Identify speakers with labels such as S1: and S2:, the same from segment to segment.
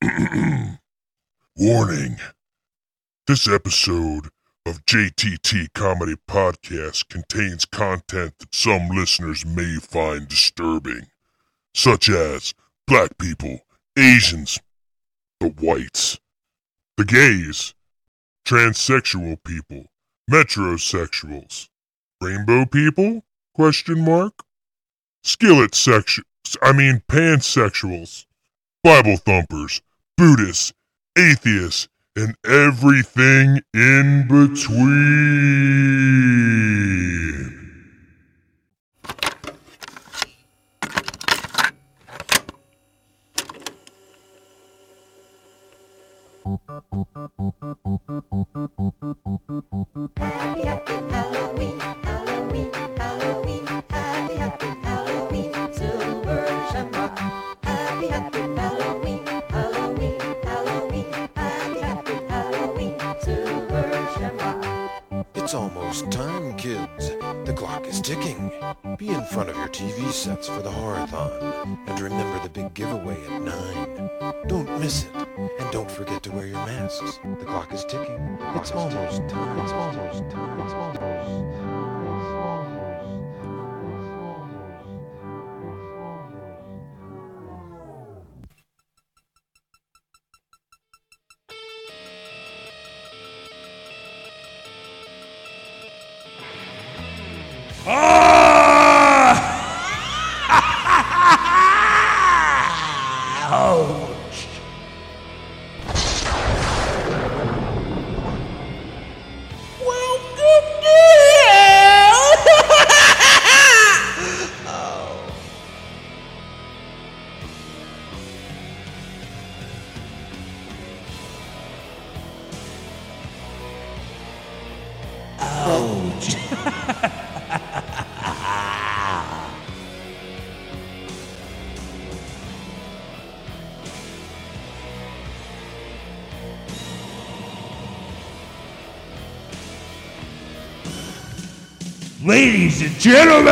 S1: Warning. This episode of JTT Comedy Podcast contains content that some listeners may find disturbing, such as black people, Asians, the whites, the gays, transsexual people, metrosexuals, rainbow people? Question mark. Skillet section I mean pansexuals, Bible thumpers, Buddhists, atheists, and everything in between.
S2: Happy happy Halloween, Halloween, Halloween. Happy happy Halloween, Silver Shamrock. Happy happy Halloween, Halloween, Halloween. Happy happy Halloween, Silver Shamrock.
S3: It's almost time, kids. The clock is ticking. Be in front of your TV sets for the horathon. And remember the big giveaway at 9. Don't miss it. And don't forget to wear your masks. The clock is ticking. it's almost time. It's almost time. It's
S4: Ladies and gentlemen,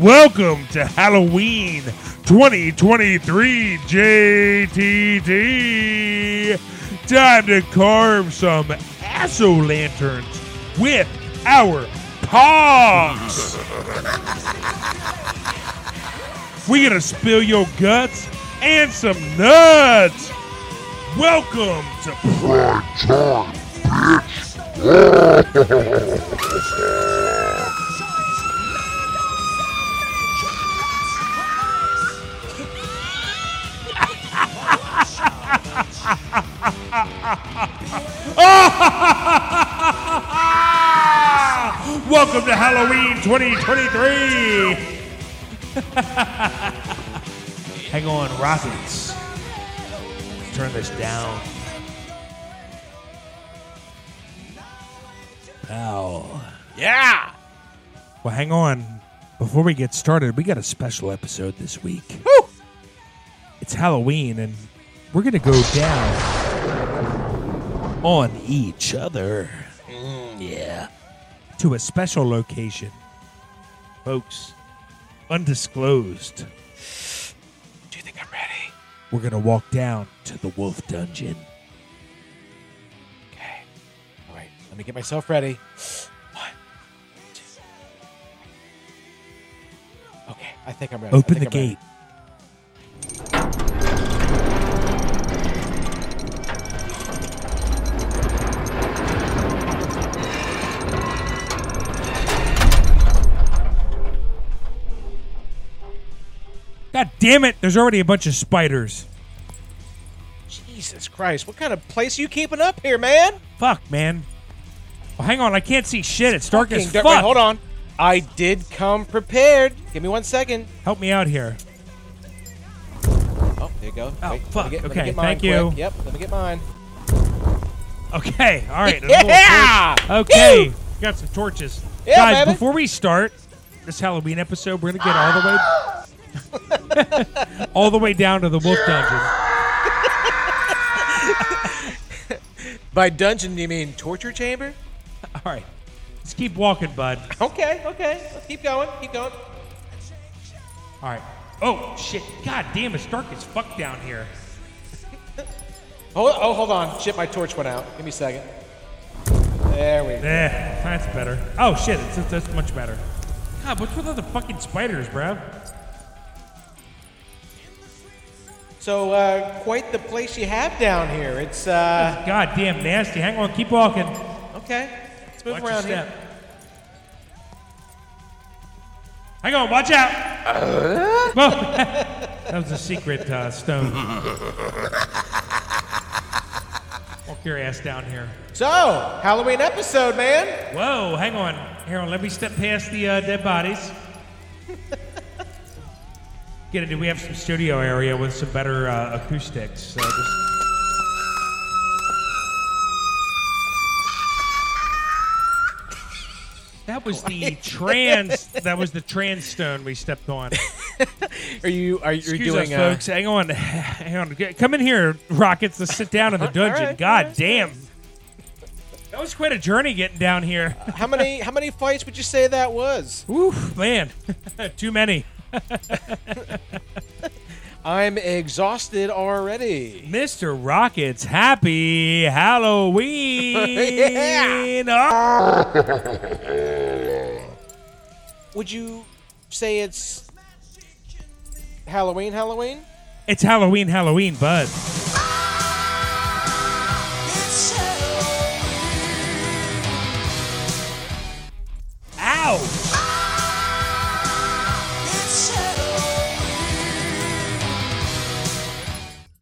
S4: welcome to Halloween 2023 JTT. Time to carve some asso lanterns with our paws. We're going to spill your guts and some nuts. Welcome to Welcome to Halloween 2023. Hang on, Rockets. Turn this down. Ow. Yeah. Well, hang on. Before we get started, we got a special episode this week. It's Halloween, and we're going to go down on each other. yeah to a special location. Folks, undisclosed. Do you think I'm ready? We're going to walk down to the Wolf Dungeon.
S5: All right, let me get myself ready. One, two. Okay, I think I'm ready. I
S4: Open the
S5: think I'm ready.
S4: gate. God damn it, there's already a bunch of spiders.
S5: Jesus Christ, what kind of place are you keeping up here, man?
S4: Fuck, man. Well, hang on, I can't see shit. It's dark as
S5: Fucking dirt-
S4: fuck.
S5: Wait, hold on. I did come prepared. Give me one second.
S4: Help me out here.
S5: Oh, there you go.
S4: Oh,
S5: Wait, let me
S4: fuck.
S5: get- let me
S4: Okay,
S5: get mine
S4: thank you.
S5: quick. Yep, let me get mine.
S4: Okay, all right. a little
S5: Yeah!
S4: torch. Okay, got some torches.
S5: Yeah,
S4: Guys,
S5: baby.
S4: before we start this Halloween episode, we're gonna get all the way, all the way down to the wolf dungeon.
S5: By dungeon, do you mean torture chamber?
S4: All right, let's keep walking, bud.
S5: Okay, okay. Let's keep going. Keep going.
S4: All right. Oh shit! God damn, it's dark as fuck down here.
S5: Hold, oh, hold on. Shit, my torch went out. Give me a second. There we go.
S4: Eh, that's better. Oh shit, it's, it's- that's much better. God, what's with all the fucking spiders, bro?
S5: So, uh, quite the place you have down here. It's, uh,
S4: God damn nasty. Hang on, keep walking.
S5: okay. Let's move
S4: Watch your
S5: around
S4: step.
S5: here.
S4: Hang on, watch out. Whoa. that was a secret uh, stone. Walk your ass down here.
S5: So, Halloween episode, man.
S4: Whoa, hang on. Hang on, let me step past the uh, dead bodies. Get it? Do we have some studio area with some better uh, acoustics? Uh, just... That was the trans. That was the trans stone we stepped on.
S5: Are you are you
S4: Excuse
S5: doing uh,
S4: us, folks. Hang on, hang on. G- Come in here, rockets. Let's sit down in the dungeon.
S5: right,
S4: God damn, that was quite a journey getting down here.
S5: Uh, how many how many fights would you say that was?
S4: Oof, man, too many.
S5: I'm exhausted already.
S4: Mr. Rockets, happy Halloween! Oh,
S5: Would you say it's Halloween? Halloween?
S4: It's Halloween, Halloween, bud. Ow!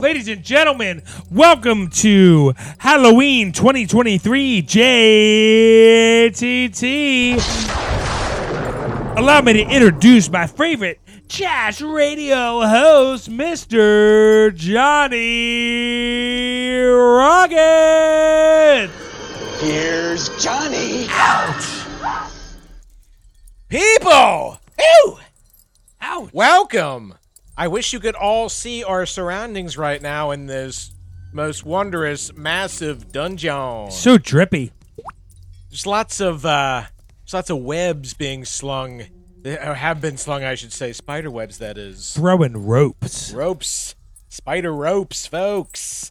S4: Ladies and gentlemen, welcome to Halloween 2023 JTT. Allow me to introduce my favorite jazz radio host, Mr. Johnny Rocket.
S6: Here's Johnny.
S5: People! Ew!
S4: Ouch.
S5: Welcome! I wish you could all see our surroundings right now in this most wondrous, massive dungeon.
S4: So drippy.
S5: There's lots of uh, there's lots of webs being slung. There have been slung, I should say, spider webs. That is
S4: Throwing ropes.
S5: ropes, spider ropes, folks.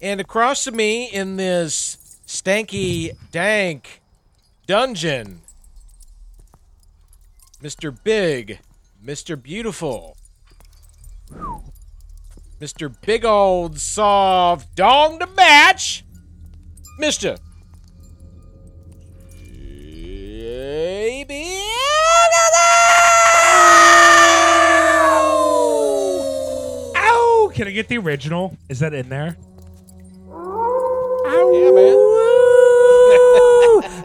S5: And across from me in this stanky, dank dungeon, Mr. Big, Mr. Beautiful, Mr. Big Old Soft Dong to Match, Mr. Baby
S4: Ow! Can I get the original? Is that in there?
S5: Yeah, man.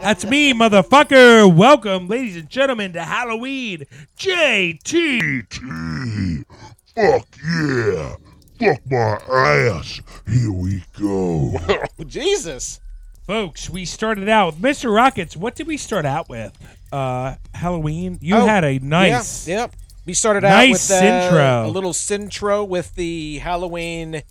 S4: That's me, motherfucker. Welcome, ladies and gentlemen, to Halloween JT.
S1: E. Fuck yeah. Fuck my ass. Here we go.
S5: Jesus.
S4: Folks, we started out with Mr. Rockets. What did we start out with? Uh, Halloween. You
S5: Oh,
S4: had a nice.
S5: Yeah, yep. We started
S4: Nice
S5: out with uh,
S4: intro.
S5: a little intro with the Halloween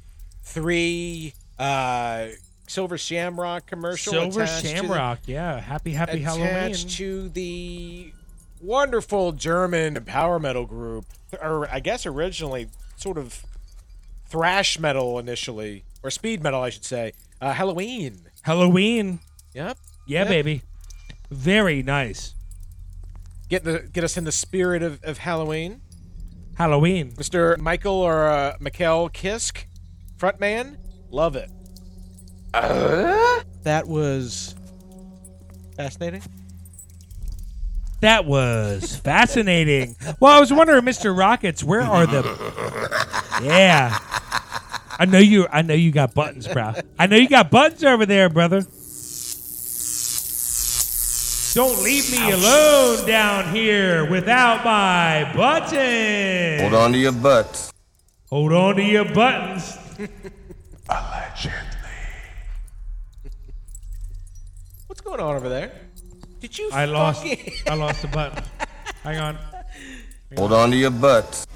S5: 3 uh, Silver Shamrock commercial.
S4: Silver
S5: attached to the-
S4: Shamrock. yeah. Happy, happy Halloween.
S5: attached to the wonderful German power metal group, or I guess originally sort of thrash metal initially, or speed metal, I should say. Uh, Halloween.
S4: Halloween.
S5: Yep.
S4: Yeah,
S5: Yeah.
S4: baby. Very nice.
S5: Get the get us in the spirit of, of Halloween.
S4: Halloween.
S5: Mr. Michael or uh, Mikkel Kisk, frontman. Love it. that was fascinating.
S4: That was fascinating. Well, I was wondering, Mr. Rockets, where are the? Yeah, I know you. I know you got buttons, bro. I know you got buttons over there, brother. Don't leave me alone down here without my buttons.
S7: Hold on to your butts.
S4: Hold on to your buttons.
S5: What's going on over there? Did you?
S4: I lost.
S5: fucking-
S4: I lost a button. Hang on.
S7: Hold on to your butts.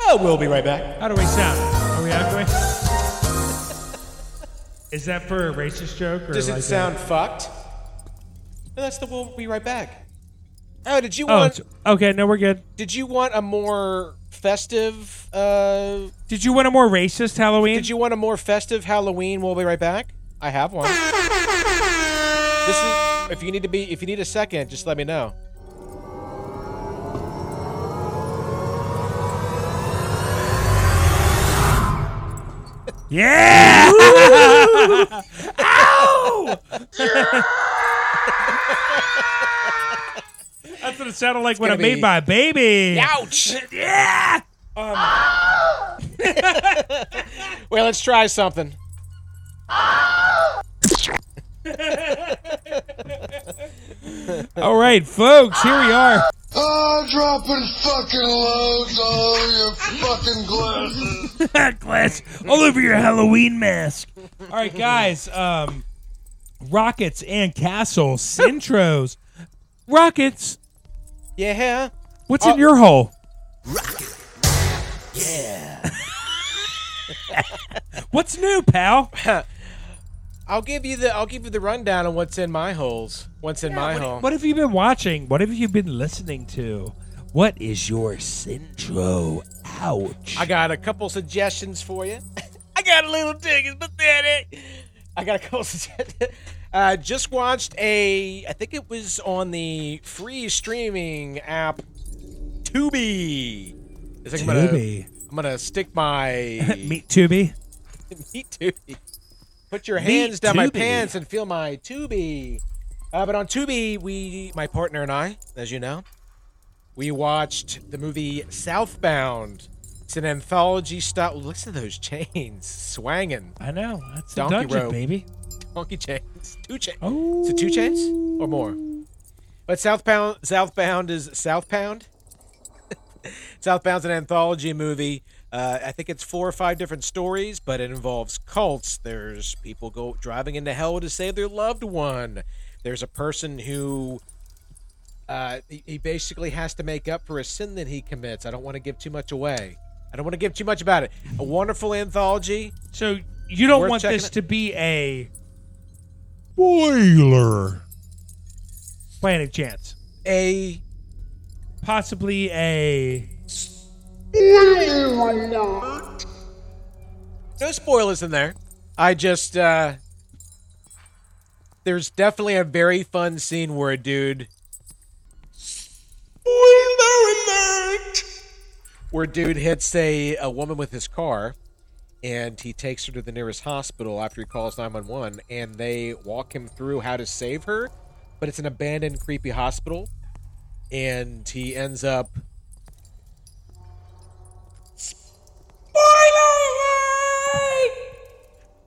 S5: oh, we'll be right back.
S4: How do we sound? Are we out of way? Is that for a racist joke or
S5: Does
S4: like
S5: it
S4: a-
S5: sound fucked? No, that's the we'll be right back. Oh, did you
S4: Oh,
S5: want?
S4: it's- okay. No, we're good.
S5: Did you want a more festive? Uh,
S4: Did you want a more racist Halloween?
S5: did you want a more festive Halloween? We'll be right back. I have one. This is if you need to be if you need a second, just let me know.
S4: Yeah. That's what it sounded like when I
S5: gonna
S4: made
S5: be-
S4: my baby.
S5: Ouch!
S4: Yeah. Um.
S5: Well, let's try something.
S4: All right, folks. Here we are.
S6: Oh, dropping fucking loads all over your fucking glasses.
S4: glass all over your Halloween mask. All right, guys. Um, rockets and castle Cintros. Rockets.
S5: Yeah.
S4: What's
S5: Oh.
S4: in your hole? Yeah. What's new, pal?
S5: I'll give you the I'll give you the rundown on what's in my holes. What's in my hole?
S4: What have you been watching? What have you been listening to? What is your Cintro? Ouch.
S5: I got a couple suggestions for you. I got a little thing. It's pathetic. I got a couple suggestions. Uh, just watched a. I think it was on the free streaming app, Tubi. I think I'm gonna-
S4: Tubi.
S5: I'm gonna stick my
S4: Meet Tubi.
S5: Meat Tubi. Put your hands down my
S4: Tubi.
S5: pants and feel my Tubi. Uh, but on Tubi, we, my partner and I, as you know, we watched the movie Southbound. It's an anthology style. Listen to those chains swanging,
S4: I know. That's
S5: Donkey
S4: the dungeon,
S5: Road.
S4: baby.
S5: donkey chains, two chains.
S4: Oh.
S5: Is it two chains or more? But Southbound, Southbound is Southbound. Southbound's an anthology movie. Uh, I think it's four or five different stories, but it involves cults. There's people go driving into hell to save their loved one. There's a person who uh, he he basically has to make up for a sin that he commits. I don't want to give too much away. I don't want to give too much about it. A wonderful anthology.
S4: So you don't
S5: Worth
S4: want
S5: checking
S4: this
S5: it-
S4: to be a boiler by any chance.
S5: A
S4: Possibly a
S5: No spoilers in there. I just uh there's definitely a very fun scene where a dude where a dude hits a, a woman with his car and he takes her to the nearest hospital after he calls 911 and they walk him through how to save her but it's an abandoned creepy hospital and he ends up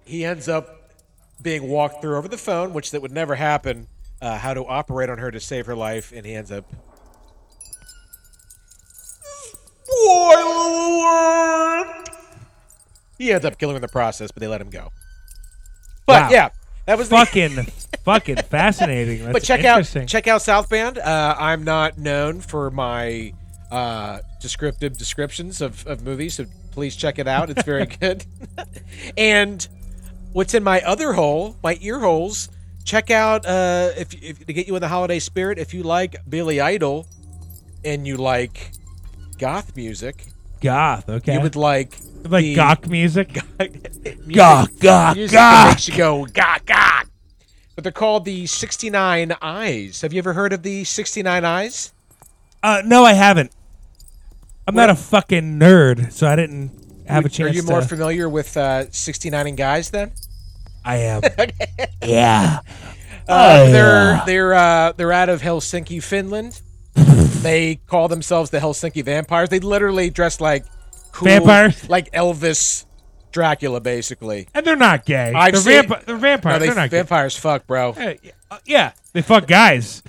S5: he ends up being walked through over the phone, which that would never happen. Uh, how to operate on her to save her life, and he ends up. He ends up killing her in the process, but they let him go. But
S4: Wow.
S5: yeah, that was the,
S4: fucking fucking fascinating. That's
S5: but check out
S4: interesting.
S5: check out Southbound. Uh, I'm not known for my uh, descriptive descriptions of, of movies, so please check it out. It's very good. and what's in my other hole, my ear holes? Check out uh, if, if to get you in the holiday spirit. If you like Billy Idol and you like goth music,
S4: goth. Okay,
S5: you would like
S4: like
S5: the-
S4: gawk music.
S5: music-
S4: Gawk, gawk,
S5: music that
S4: gawk.
S5: makes you go gawk gawk. But they're called the 69 Eyes. Have you ever heard of the 69 Eyes?
S4: Uh, no, I haven't. I'm not a fucking nerd, so I didn't have a
S5: Are
S4: chance.
S5: you more
S4: to-
S5: familiar with uh, 69 and Guys then?
S4: I am. Yeah. Oh,
S5: Uh, they're they're uh, they're out of Helsinki, Finland. they call themselves the Helsinki Vampires. They literally dress like cool,
S4: Vampires?
S5: like Elvis, Dracula, basically.
S4: And they're not gay.
S5: I've
S4: they're,
S5: seen-
S4: vampi- they're vampires.
S5: No, they
S4: are not gay.
S5: vampires fuck, bro.
S4: Uh, yeah, uh, yeah, they fuck guys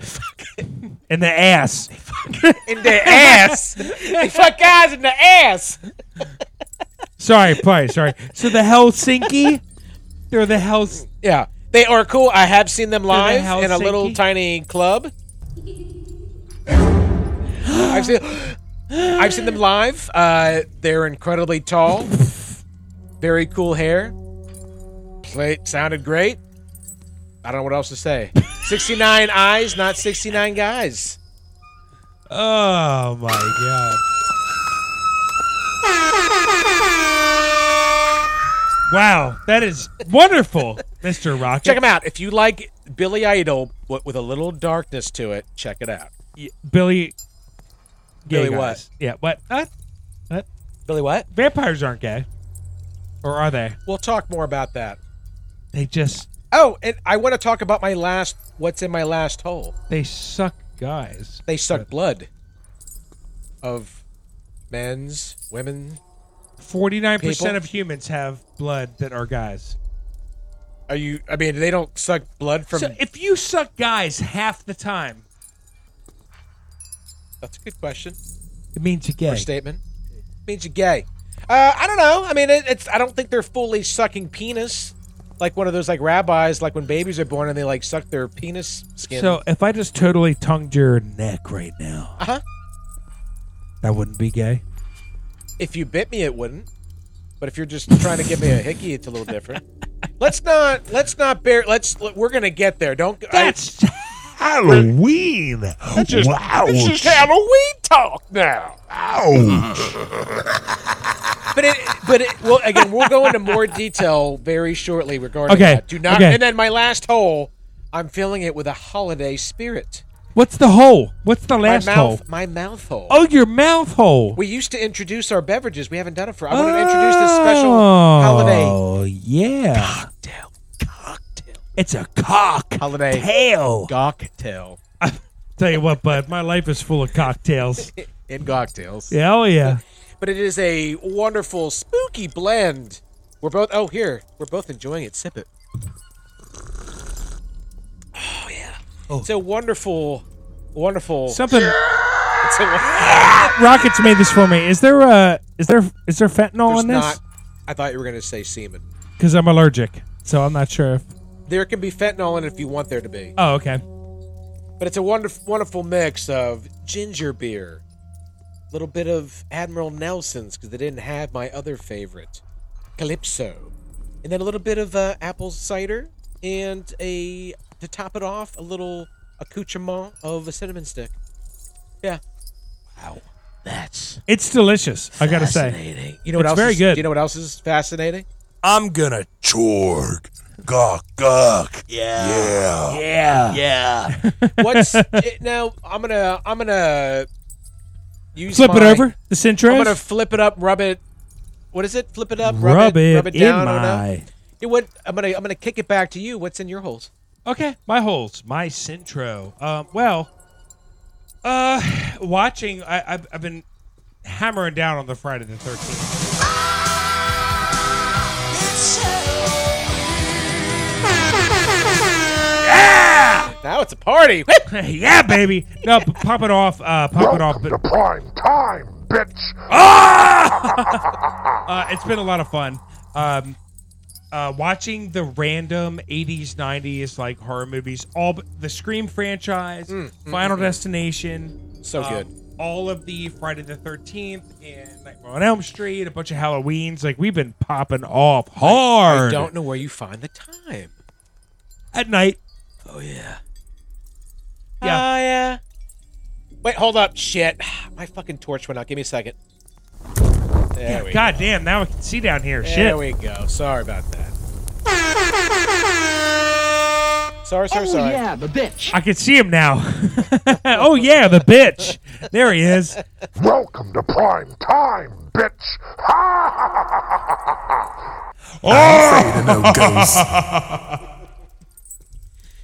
S4: in the ass.
S5: In the ass. they fuck guys in the ass.
S4: Sorry, sorry, sorry. So the Helsinki, they're the Hells.
S5: Yeah, they are cool. I have seen them
S4: they
S5: live in a
S4: Helsinki?
S5: little tiny club. I've seen, I've seen them live. Uh, they're incredibly tall, very cool hair. Play, sounded great. I don't know what else to say. Sixty nine eyes, not sixty nine guys.
S4: Oh my god. Wow, that is wonderful, Mr. Rocket.
S5: Check him out. If you like Billy Idol but with a little darkness to it, check it out.
S4: Y- Billy. Gay
S5: Billy what?
S4: guys. Yeah, what? What? What?
S5: Billy what?
S4: Vampires aren't gay. Or are they?
S5: We'll talk more about that.
S4: They just
S5: Oh, and I want to talk about my last what's in my last hole.
S4: they suck guys.
S5: They suck blood of men's, women.
S4: Forty nine percent
S5: People?
S4: of humans have blood that are guys.
S5: Are you I mean, they don't suck blood from
S4: So if you suck guys half the time,
S5: That's a good question.
S4: it means you're
S5: Or
S4: gay.
S5: statement. Means you're gay. Uh, I don't know. I mean, it, it's. I don't think they're fully sucking penis, like one of those like rabbis, like when babies are born and they like suck their penis skin.
S4: So if I just totally tongued your neck right now,
S5: Uh-huh.
S4: that wouldn't be gay.
S5: if you bit me, it wouldn't. But if you're just trying to give me a hickey, it's a little different. Let's not. Let's not bear. Let's. We're gonna get there. Don't.
S4: That's
S1: Halloween. wow.
S5: Halloween talk now.
S1: Ouch.
S5: But it. But it. Well, again, we'll go into more detail very shortly regarding
S4: Okay,
S5: that. Do not.
S4: okay.
S5: And then my last hole. I'm filling it with a holiday spirit.
S4: what's the hole? What's the last
S5: my
S4: hole?
S5: mouth, my mouth hole.
S4: Oh, your mouth hole.
S5: We used to introduce our beverages. We haven't done it for. I want to introduce this special holiday
S4: Oh yeah. Cocktail. Cocktail. It's a cock.
S5: Holiday.
S4: Tail.
S5: cocktail
S4: Tell you what, bud, my life is full of cocktails.
S5: in cocktails.
S4: Yeah, Hell yeah.
S5: But it is a wonderful spooky blend. We're both oh here. We're both enjoying it. Sip it. Oh yeah. It's a wonderful, wonderful.
S4: Something
S5: it's a,
S4: Rockets made this for me. Is there uh is there is there fentanyl
S5: there's
S4: in this?
S5: not. I thought you were gonna say semen.
S4: Because I'm allergic, so I'm not sure if
S5: There can be fentanyl in it if you want there to be.
S4: Oh, okay.
S5: But it's a wonderful, wonderful mix of ginger beer, little bit of Admiral Nelson's because they didn't have my other favorite, Calypso, and then a little bit of uh, apple cider, and a to top it off, a little accoutrement of a cinnamon stick. Yeah,
S4: It's delicious, I gotta say.
S5: fascinating. You know what
S4: It's
S5: else?
S4: very
S5: is,
S4: good.
S5: Do you know what else is fascinating?
S8: I'm gonna
S1: Chorg. Gawk, gawk. Yeah. Yeah.
S8: yeah.
S5: What's it, now? I'm gonna I'm gonna use
S4: Flip it
S5: my-
S4: over, the Cintra.
S5: I'm gonna flip it up, rub it. What is it? Flip it up, rub,
S4: rub, it,
S5: rub it
S4: in
S5: down. or not?
S4: my
S5: You what? I'm gonna I'm gonna kick it back to you. What's in your holes?
S4: Okay, my holes, my Centro. Um, well, uh, watching, I, I've, I've been hammering down on the Friday the Thirteenth.
S5: Now it's a party.
S4: yeah, baby. No, p- pop it off. Uh, pop it off. But
S1: prime time, bitch.
S4: uh, it's been a lot of fun. Um, uh, watching the random 80s, 90s like horror movies, all b- the Scream franchise,
S5: Mm,
S4: Final Destination, um,
S5: So good.
S4: all of the Friday the 13th and Nightmare on Elm Street, a bunch of Halloweens. Like we've been popping off hard
S5: I don't know where you find the time.
S4: at night. Oh yeah, yeah.
S5: Ah, yeah. Wait, hold up. Shit. My fucking torch went out. Give me a second. There we
S4: God damn, now I can see down here.
S5: go.
S4: Shit.
S5: There we go. Sorry about that. Sorry, sorry,
S4: Oh,
S5: sorry.
S4: I can see him now. oh yeah, the bitch. There he is.
S1: Welcome to prime time, bitch.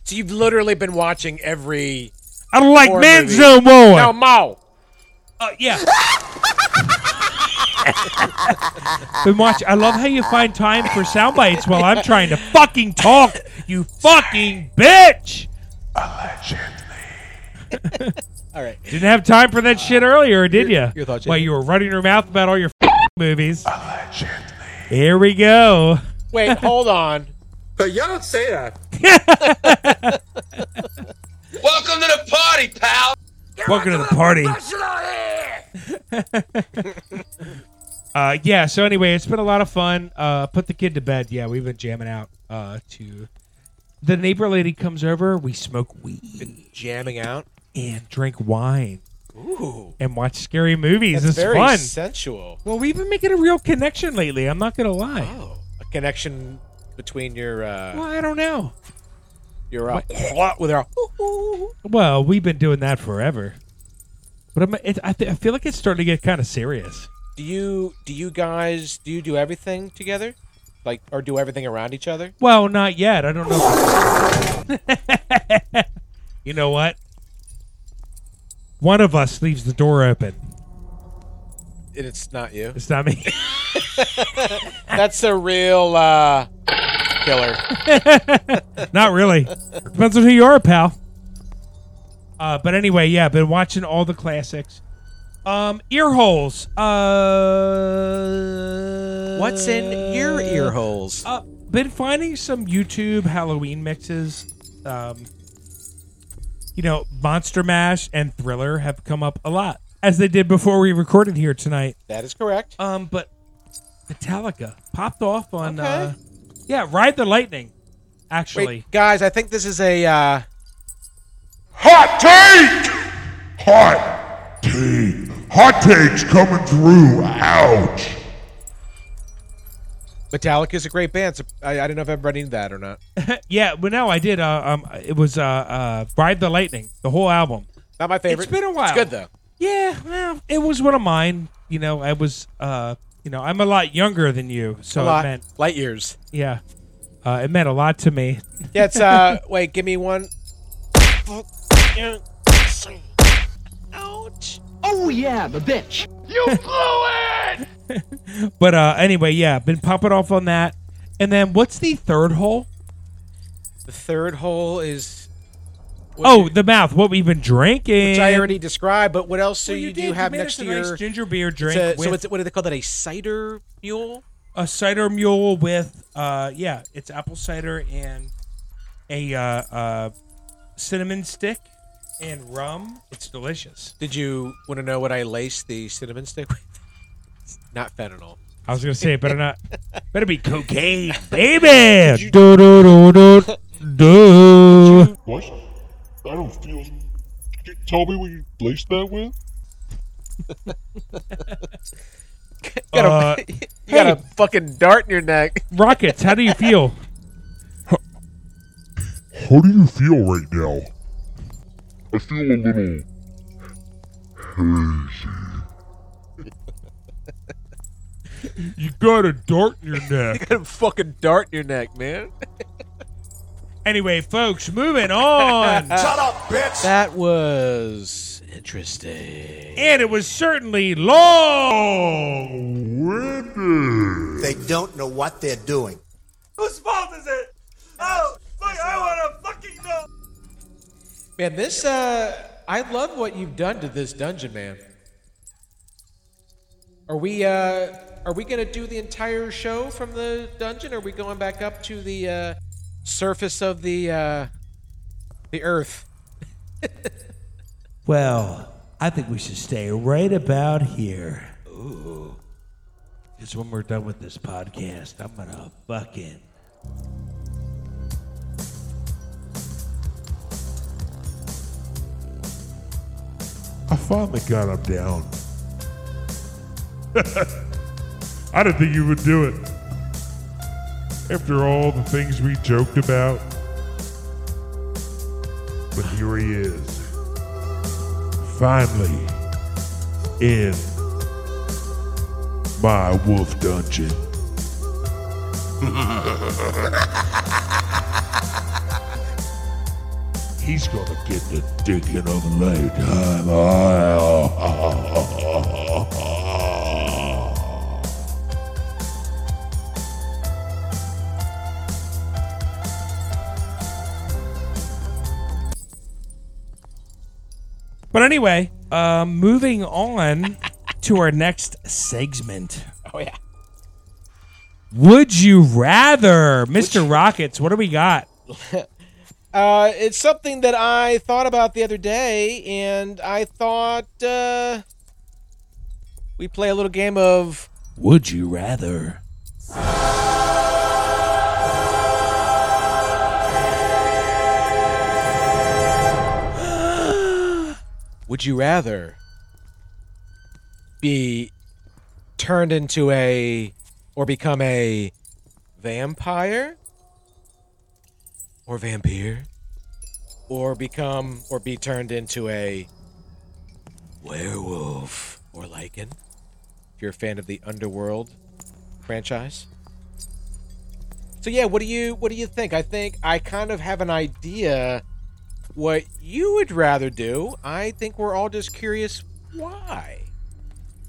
S5: So you've literally been watching every
S4: I don't like
S5: Horror
S4: Manzo more.
S5: No Mo.
S4: Uh, yeah. Been watch. I love how you find time for sound bites while I'm trying to fucking talk. You fucking bitch.
S5: All right.
S4: Didn't have time for that shit earlier, did you?
S5: your thoughts,
S4: While
S5: Jacob.
S4: you were running your mouth about all your f- movies. Here we go.
S5: Wait, hold on.
S9: But y'all don't say that. Welcome to the party, pal.
S4: Welcome to the party. uh, yeah. So anyway, it's been a lot of fun. Uh, put the kid to bed. Yeah, we've been jamming out. Uh, to the neighbor lady comes over. We smoke weed
S5: Jamming out.
S4: and drink wine. and watch scary movies.
S5: That's
S4: it's
S5: very
S4: fun.
S5: sensual.
S4: well, we've been making a real connection lately. I'm not gonna lie.
S5: Oh, a connection between your uh,
S4: Well, I don't know.
S5: your uh, with our
S4: Well, we've been doing that forever, but I'm, it, I, th- I feel like it's starting to get kind of serious.
S5: Do you do you guys do you do everything together, like or do everything around each other?
S4: Well, not yet. I don't know. if- you know what? One of us leaves the door open.
S5: And it's not you.
S4: It's not me.
S5: That's a real uh, killer.
S4: Not really. Depends on who you are, pal. Uh, but anyway, yeah, been watching all the classics. Um, ear holes. Uh,
S5: holes?
S4: Uh, been finding some YouTube Halloween mixes. Um, you know, Monster Mash and Thriller have come up a lot as they did before we recorded here tonight.
S5: That is correct.
S4: Um, but Metallica popped off on.
S5: Okay.
S4: Uh, yeah, Ride the Lightning. Actually,
S5: Wait, guys, I think this is a uh,
S1: Hot take! Hot take. Hot takes coming through. Ouch.
S5: Metallica is a great band. So I, I don't know if everybody knew that or not.
S4: Yeah, but no, I did. Uh, um, it was uh, uh, Ride the Lightning, the whole album.
S5: Not my favorite.
S4: It's been a while.
S5: It's good though.
S4: Yeah, well, it was one of mine. You know, I was, uh, you know, I'm a lot younger than you, so
S5: A lot.
S4: it meant,
S5: Light years.
S4: yeah, uh, it meant a lot to me.
S5: Yeah, it's uh. wait, give me one.
S4: But uh, anyway, yeah, been popping off on that. And then what's the third hole?
S5: The third hole is.
S4: Oh, the mouth. What we've been drinking.
S5: which I already described. But what else do
S4: Well,
S5: you,
S4: did.
S5: do have
S4: made
S5: next
S4: us
S5: to
S4: a nice
S5: your?
S4: ginger beer
S5: it's
S4: drink
S5: a-
S4: with
S5: so it's, what do they call that? A cider mule.
S4: a cider mule with uh yeah it's apple cider and a uh, uh cinnamon stick and rum it's delicious
S5: Did you want to know what I laced the cinnamon stick with? Not fentanyl.
S4: i was gonna say it better not better be cocaine baby do, do, do, do, do.
S1: What? I don't feel. Tell me what you laced that with?
S4: Uh,
S5: You got a fucking dart in your neck.
S4: rockets how do you feel
S1: How do you feel right now? I feel a little hazy.
S4: you got a dart in your neck
S5: Got a fucking dart in your neck, man.
S4: anyway folks moving on
S1: Shut up, bitch!
S5: That was interesting.
S4: and it was certainly long
S1: Windy.
S8: They don't know what they're doing.
S9: Whose fault is it? Oh, fuck, I want to fucking know.
S5: Man, this uh I love what you've done to this dungeon, man. Are we uh are we gonna do the entire show from the dungeon? Or are we going back up to the uh surface of the uh the earth?
S4: Well, I think we should stay right about here. Ooh. Because when we're done with this podcast, I'm going to fucking.
S1: I finally got him down. I didn't think you would do it. After all the things we joked about. But here he is. Finally in my wolf dungeon. He's gonna get the digging of late time.
S4: But anyway, uh, moving on to our next segment.
S5: Oh yeah.
S4: Would you rather, Mr. Rockets? What do we got?
S5: Uh, it's something that I thought about the other day, and I thought uh, we play a little game of
S4: Would you rather?
S5: Would You Rather. be turned into a or become a vampire or vampire or become or be turned into a werewolf or lycan if you're a fan of the underworld franchise so yeah what do you what do you think i think i kind of have an idea what you would rather do i think we're all just curious why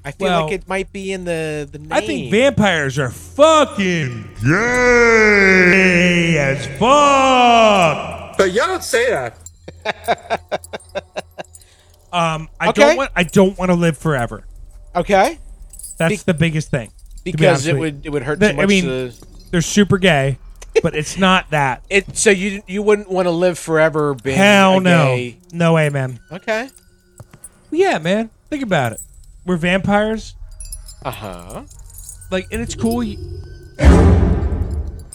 S5: i feel
S4: Well,
S5: like it might be in the the name
S4: I think vampires are fucking gay as fuck.
S9: But y'all don't say that.
S4: Um, I
S5: Okay.
S4: don't want. I don't want to live forever.
S5: okay
S4: That's
S5: Be-
S4: the biggest thing. to be honest
S5: because it
S4: with you.
S5: would it would hurt
S4: The-
S5: too much
S4: I mean,
S5: to-
S4: they're super gay, but it's not that.
S5: It so you you wouldn't want to live forever being
S4: Hell
S5: a
S4: no,
S5: gay-
S4: no way, man.
S5: Okay.
S4: Yeah, man. Think about it. We're vampires.
S5: Uh huh.
S4: Like, and it's cool. y-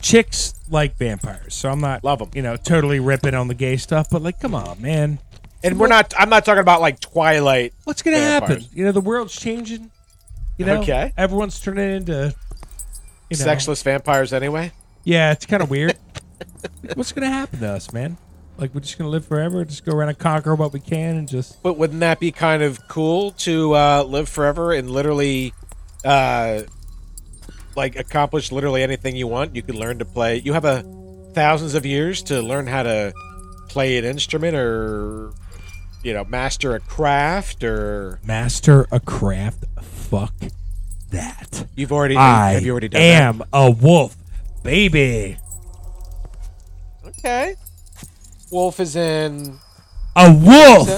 S4: Chicks like vampires, so I'm not
S5: Love 'em.
S4: You know, totally ripping on the gay stuff, but like, come on, man.
S5: And we're not. I'm not talking about like Twilight.
S4: What's gonna
S5: Vampires.
S4: happen? You know, the world's changing. You know,
S5: Okay.
S4: everyone's turning into you know,
S5: Sexless vampires, anyway.
S4: Yeah, it's kind of weird. Like, What's gonna happen to us, man? Like, we're just gonna live forever, just go around and conquer what we can, and just
S5: But wouldn't that be kind of cool to uh, live forever and literally, uh, like accomplish literally anything you want? You could learn to play. You have a thousands of years to learn how to play an instrument or, you know, master a craft or.
S4: master a craft. Fuck that.
S5: You've already.
S4: I
S5: have you already done that?
S4: am a wolf, baby.
S5: Okay. Wolf is in.
S4: A wolf.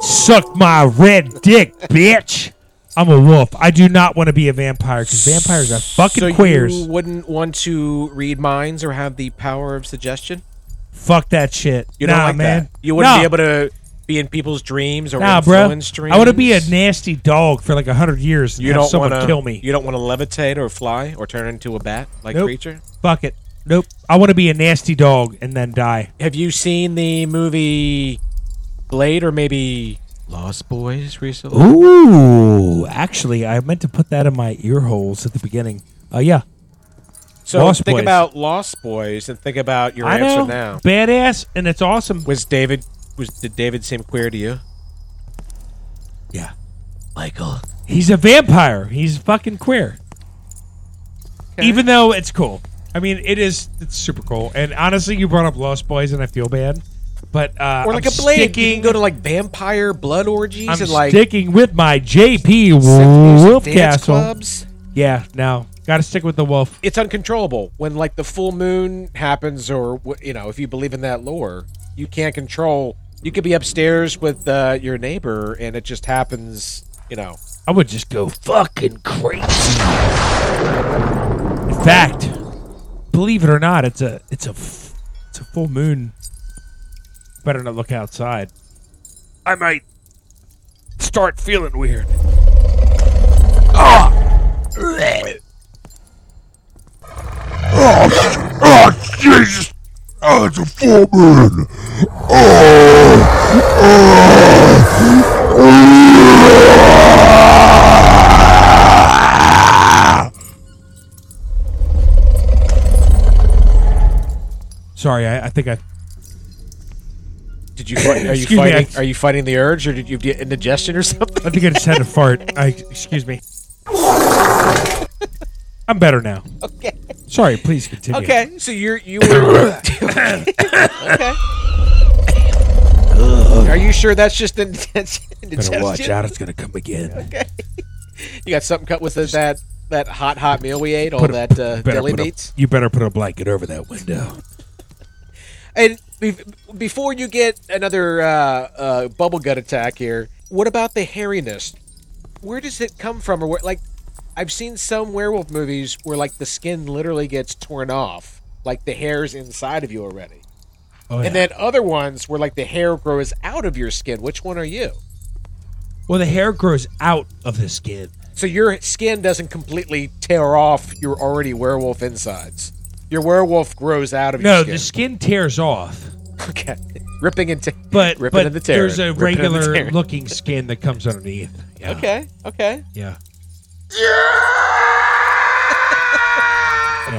S4: Suck my red dick, bitch. I'm a wolf. I do not want to be a vampire because vampires are fucking
S5: so
S4: queers.
S5: you wouldn't want to read minds or have the power of suggestion?
S4: Fuck that shit.
S5: You
S4: nah,
S5: don't like
S4: man.
S5: that. You wouldn't
S4: Nah.
S5: be able to be in people's dreams or
S4: Nah, bro.
S5: influence dreams.
S4: I want to be a nasty dog for like a hundred years and
S5: you
S4: have
S5: don't
S4: someone
S5: wanna,
S4: kill me.
S5: You don't want to levitate or fly or turn into a bat-like
S4: Nope.
S5: creature.
S4: Fuck it. Nope. I want to be a nasty dog and then die.
S5: Have you seen the movie Blade or maybe Lost Boys recently?
S4: Ooh, actually, I meant to put that in my ear holes at the beginning. Uh, yeah,
S5: so
S4: Lost
S5: think
S4: Boys.
S5: about Lost Boys and think about your
S4: I
S5: answer
S4: know.
S5: now.
S4: Badass, and it's awesome.
S5: Was David? Was did David seem queer to you?
S4: Yeah, Michael. He's a vampire. He's fucking queer. Even though it's cool. I mean, it is. It's super cool. And honestly, you brought up Lost Boys, and I feel bad. But uh,
S5: Or like
S4: I'm
S5: a blade? you
S4: sticking-
S5: can go to like vampire blood orgies
S4: I'm
S5: and like
S4: sticking with my JP Wolf
S5: Wolf
S4: Castle.
S5: clubs.
S4: Yeah, no, got to stick with the wolf.
S5: It's uncontrollable when like the full moon happens, or wh- you know, if you believe in that lore, you can't control. You could be upstairs with uh, your neighbor, and it just happens. You know,
S4: I would just go fucking crazy. In fact, believe it or not, it's a it's a f- it's a full moon. Better not look outside. I might start feeling weird.
S1: Oh, Oh.
S4: Sorry, I, I think I
S5: did you fight, are you
S4: Excuse me,
S5: fighting?
S4: I-
S5: Are you fighting the urge, or did you get indigestion or something?
S4: I think I just had a fart. I excuse me. I'm better now. Okay. Sorry, please continue.
S5: Okay, so you're you were. okay. Are you sure that's just indigestion?
S4: Better watch out, it's gonna come again.
S5: You got something cut with the, that that hot hot meal we ate, all
S4: Put a-
S5: that uh,
S4: better
S5: deli
S4: put a-
S5: meats.
S4: you better put a blanket over that window.
S5: And be- before you get another uh, uh, bubble gut attack here, what about the hairiness? Where does it come from? Or where, like, I've seen some werewolf movies where like the skin literally gets torn off, like the hair's inside of you already,
S4: Oh, yeah.
S5: and then other ones where like the hair grows out of your skin. Which one are you?
S4: well, the hair grows out of the skin.
S5: So your skin doesn't completely tear off your already werewolf insides. Your werewolf grows out of
S4: No,
S5: your
S4: the skin
S5: skin.
S4: tears off.
S5: okay. ripping and te-
S4: But
S5: ripping
S4: but
S5: and the tearing.
S4: there's a
S5: ripping and the
S4: regular
S5: tearing.
S4: looking skin that comes underneath. Yeah.
S5: Okay, okay.
S4: Yeah.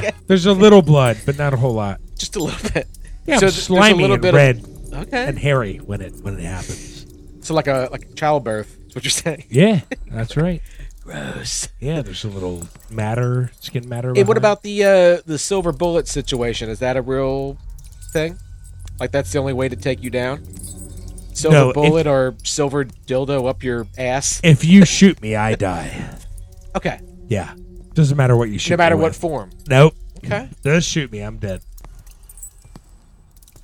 S4: Yeah. There's a little blood, but not a whole lot.
S5: Just a little bit.
S4: Yeah,
S5: So
S4: I'm
S5: th- there's a
S4: slimy
S5: little
S4: and
S5: bit of-
S4: red
S5: Okay.
S4: and hairy when it when it happens.
S5: so like a like childbirth. Is what you're saying?
S4: Yeah, that's right.
S5: Gross.
S4: Yeah, there's a little matter, skin matter.
S5: Hey, what
S4: behind it.
S5: about the uh, the silver bullet situation? Is that a real thing? Like that's the only way to take you down? Silver
S4: No, if-
S5: bullet or silver dildo up your ass?
S4: if you shoot me, I die.
S5: okay.
S4: Yeah, doesn't matter what you shoot.
S5: No matter
S4: me
S5: what
S4: with.
S5: form.
S4: Nope.
S5: Okay.
S4: Does shoot me, I'm dead.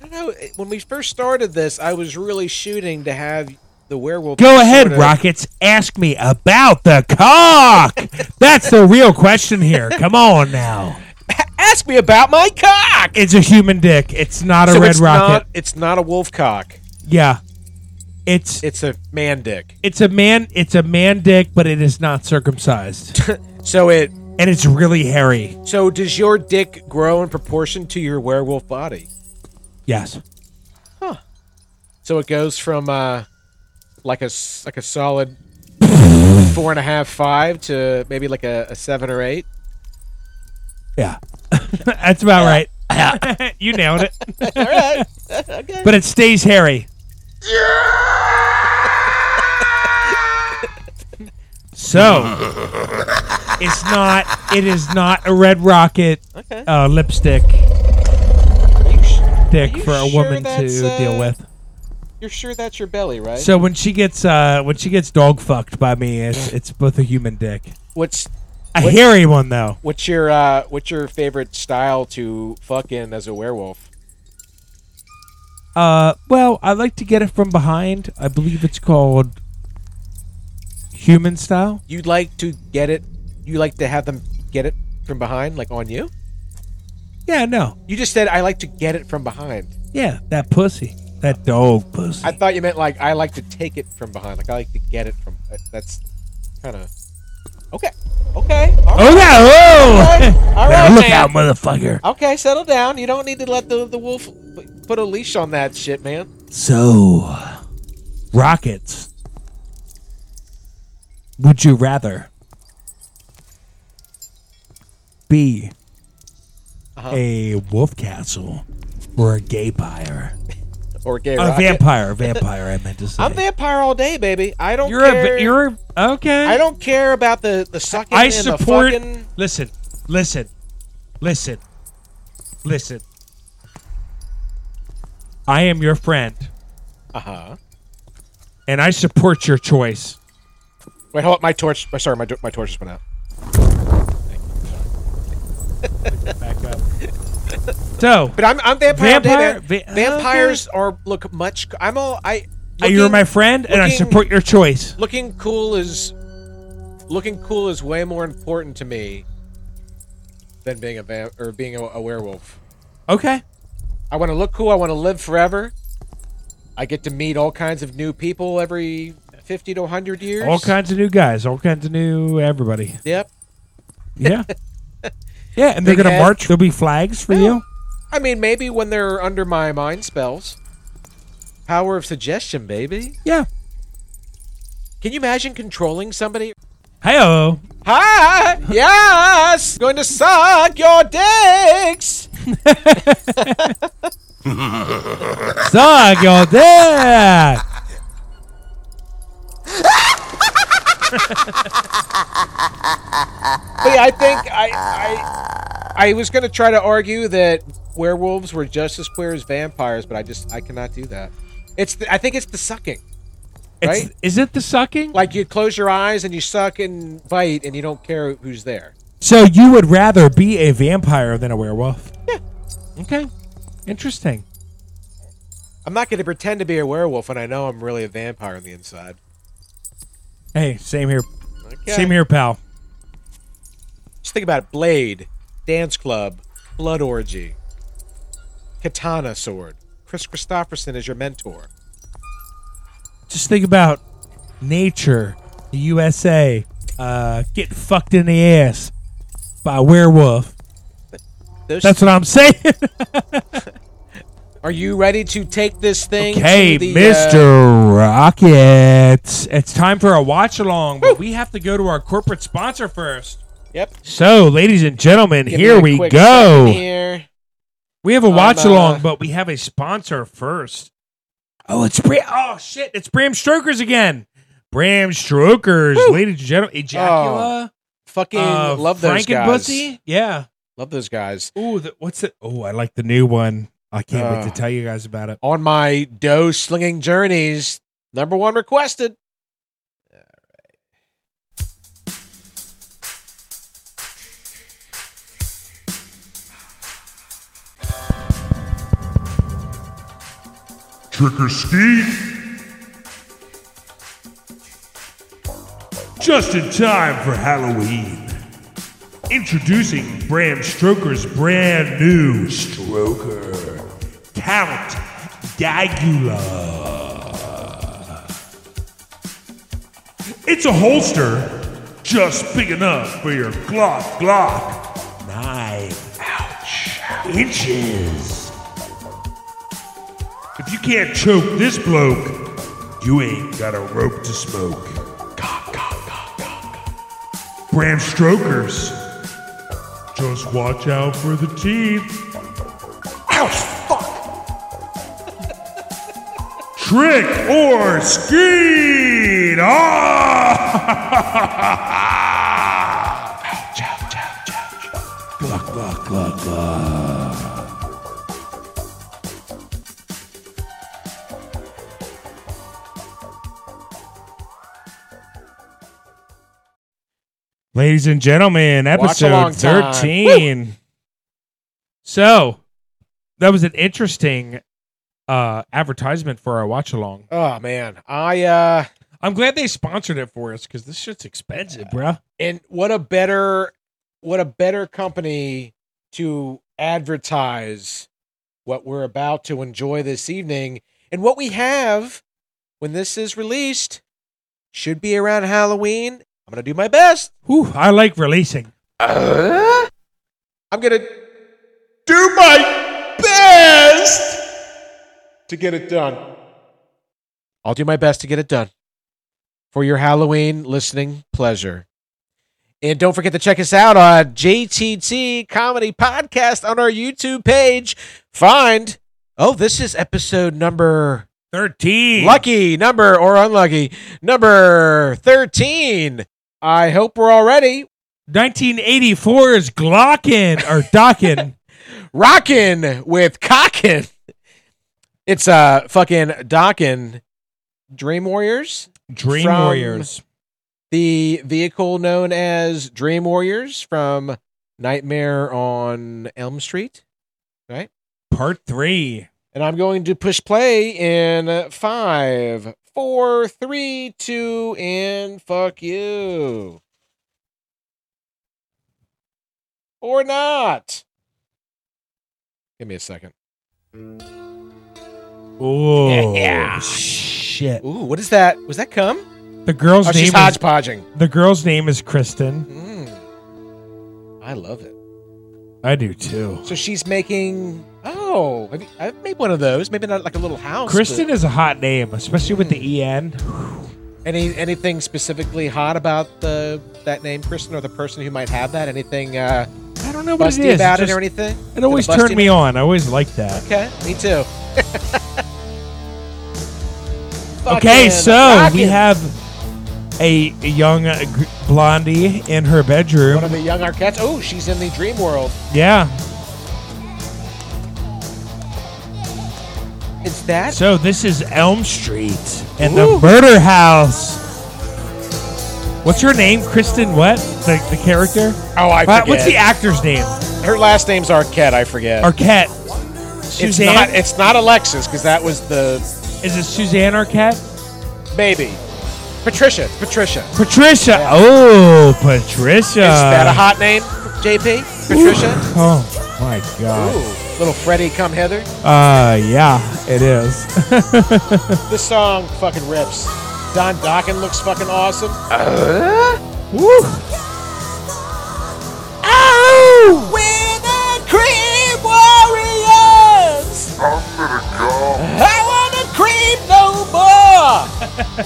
S5: I don't know. When we first started this, I was really shooting to have the werewolf.
S4: Go ahead,
S5: sort of-
S4: Rockets. Ask me about the cock. That's the real question here. Come on now.
S5: Ask me about my cock.
S4: It's a human dick. It's not a
S5: So
S4: red
S5: it's
S4: rocket.
S5: Not, it's not a wolf cock.
S4: Yeah. It's
S5: It's a man dick.
S4: it's a man it's a man dick, but it is not circumcised.
S5: So it.
S4: and it's really hairy.
S5: So does your dick grow in proportion to your werewolf body?
S4: Yes.
S5: So it goes from uh, like a s- like a solid four and a half, five to maybe like a, a seven or eight.
S4: Yeah. That's about right. you nailed it. But it stays hairy. so it's not it is not a red rocket uh, lipstick dick
S5: you
S4: for a
S5: sure
S4: woman
S5: that's,
S4: to
S5: uh,
S4: deal with.
S5: You're sure that's your belly, right?
S4: So when she gets uh when she gets dog fucked by me, it's it's both a human dick.
S5: what's
S4: A
S5: What-
S4: hairy one though.
S5: what's your uh, what's your favorite style to fuck in as a werewolf?
S4: Uh well, I like to get it from behind. I believe it's called human style.
S5: You like to get it? You like to have them get it from behind, like on you?
S4: Yeah, no.
S5: You just said I like to get it from behind.
S4: Yeah, that pussy. That dog pussy.
S5: I thought you meant like I like to take it from behind. Like I like to get it from. That's kind of okay. Okay. All right.
S4: oh yeah,
S5: right,
S4: oh
S5: all
S4: Now
S5: right,
S4: look
S5: man.
S4: out, motherfucker.
S5: Okay, settle down. You don't need to let the, the wolf p- put a leash on that shit, man.
S4: So rockets. Would you rather be
S5: Uh-huh.
S4: a wolf castle or a gay pyre?
S5: Or gay
S4: A
S5: rocket.
S4: vampire, vampire. I meant to say.
S5: I'm vampire all day, baby. I don't
S4: You're
S5: care.
S4: a va- you're a- okay.
S5: I don't care about the the sucking
S4: I
S5: and
S4: support.
S5: the fucking.
S4: Listen, listen, listen, listen. I am your friend,
S5: Uh huh.
S4: and I support your choice.
S5: Wait, hold up. My torch. oh, Sorry, my do- my torch just went out.
S4: So,
S5: But I'm I'm vampire. all day,
S4: Vampire-
S5: man.
S4: va-
S5: Vampires are look much. I'm all I. Looking,
S4: uh, you're my friend, and I
S5: looking-
S4: support your choice.
S5: looking cool is looking cool is way more important to me than being a vamp or being a, a werewolf.
S4: Okay.
S5: I want to look cool. I want to live forever. I get to meet all kinds of new people every 50 to 100 years.
S4: All kinds of new guys, all kinds of new everybody.
S5: Yep.
S4: Yeah. yeah, and they're
S5: Big
S4: gonna
S5: head.
S4: march. There'll be flags for you.
S5: I mean, maybe when they're under my mind spells. Power of suggestion, baby.
S4: Yeah.
S5: Can you imagine controlling somebody?
S4: Heyo.
S5: Hi! Yes! Going to suck your dicks!
S4: Suck your dick.
S5: But yeah, I think I, I I was gonna try to argue that werewolves were just as queer as vampires, but I just I cannot do that. It's the, I think it's the sucking,
S4: It's-
S5: Right?
S4: Is it the sucking?
S5: like you close your eyes and you suck and bite, and you don't care who's there.
S4: So you would rather be a vampire than a werewolf? Yeah. Okay. Interesting.
S5: I'm not gonna pretend to be a werewolf when I know I'm really a vampire on the inside.
S4: Hey, same here.
S5: Okay.
S4: Same here, pal.
S5: Just think about it: blade, dance club, blood orgy, katana sword. Chris Christopherson is your mentor.
S4: Just think about nature, the USA, uh, getting fucked in the ass by a werewolf.
S5: Those
S4: That's what I'm saying.
S5: Are you ready to take this thing?
S4: Okay,
S5: to the, uh,
S4: Mr. Rockets. It's time for a watch along, but we have to go to our corporate sponsor first.
S5: Yep.
S4: So, ladies and gentlemen,
S5: give me
S4: here
S5: a
S4: we
S5: quick
S4: go.
S5: second Here.
S4: We have a
S5: I'm,
S4: watch along,
S5: uh,
S4: but we have a sponsor first. Oh, it's Bram. Oh, shit. It's Bram Strokers again. Bram Strokers, ladies and gentlemen. Ejacula.
S5: Fucking
S4: uh,
S5: Oh, love those
S4: Frank and
S5: guys.
S4: Bussy. Yeah.
S5: Love those guys.
S4: Ooh, the, what's it? Oh, I like the new one. I can't wait
S5: Uh.
S4: to tell you guys about it.
S5: On my dough slinging journeys, number one requested.
S1: Trick or skeet. Just in time for Halloween. Introducing Bram Stoker's brand new Stroker Count Dagula. It's a holster just big enough for your Glock Glock. Nine ouch inches. If you can't choke this bloke, you ain't got a rope to smoke. Cock, cock, cock, cock. Bram Strokers. Just watch out for the teeth. Ouch, fuck! Trick or skeet! Ah! ouch, ouch, ouch, ouch. Gluck, gluck, gluck, gluck.
S4: Ladies and gentlemen,
S5: Watch
S4: episode
S5: along time.
S4: 13. So, that was an interesting uh advertisement for our watch along.
S5: Oh man, I uh,
S4: I'm glad they sponsored it for us cuz this shit's expensive, bruh.
S5: and what a better, what a better company to advertise what we're about to enjoy this evening and what we have when this is released should be around Halloween. I'm gonna do my best.
S4: Whew, I like releasing.
S5: I'm gonna do my best to get it done. I'll do my best to get it done for your Halloween listening pleasure. And don't forget to check us out on JTT Comedy Podcast on our YouTube page. Find, oh, this is episode number
S4: 13.
S5: lucky number or unlucky number 13. I hope we're all ready.
S4: 1984 is Glockin or Dockin.
S5: Rockin' with Cockin. It's uh fucking Dockin Dream Warriors,
S4: Dream
S5: From-
S4: Warriors.
S5: the vehicle known as Dream Warriors from Nightmare on Elm Street.
S4: Part 3.
S5: And I'm going to push play in five, four, three, two, and fuck you. Or not. Give me a second.
S4: Oh.
S5: Yeah.
S4: Shit.
S5: Ooh, what is that? Was that cum?
S4: The girl's
S5: Oh,
S4: name
S5: she's
S4: is
S5: hodgepodging.
S4: The girl's name is Kristen.
S5: Mm. I love it.
S4: I do too.
S5: So she's making. Oh, have you- I've made one of those. Maybe not like a little house.
S4: Kristen is a hot name, especially with the E en.
S5: but Any anything specifically hot about the that name, Kristen, or the person who might have that? Anything uh,
S4: I don't know what it
S5: busty
S4: is.
S5: about
S4: It's
S5: it or
S4: just-
S5: anything?
S4: it always
S5: Is it a
S4: turned
S5: busty
S4: me
S5: name?
S4: on. I always liked that.
S5: Okay, me too.
S4: Okay,
S5: Fucking
S4: so we
S5: rockin'.
S4: have a, a young uh, gr- blondie in her bedroom.
S5: one of the young Arquettes. Oh, she's in the dream world.
S4: yeah.
S5: It's that.
S4: So this is Elm Street and the
S5: Ooh.
S4: murder house. What's her name? Kristen what? The, the character?
S5: oh, I
S4: Uh, what's the actor's name?
S5: Her last name's Arquette. I forget.
S4: Arquette.
S5: it's
S4: Suzanne.
S5: not. It's not Alexis because that was the
S4: is it Suzanne Arquette?
S5: baby. Patricia, Patricia.
S4: Patricia. Oh, Patricia. Is
S5: Is that a hot name, JP? Patricia?
S4: Oh my god.
S5: Ooh, little Freddie come hither.
S4: Uh yeah, it is.
S5: This song fucking rips. Don Dokken looks fucking awesome.
S4: Woo. Ow!
S6: I'm gonna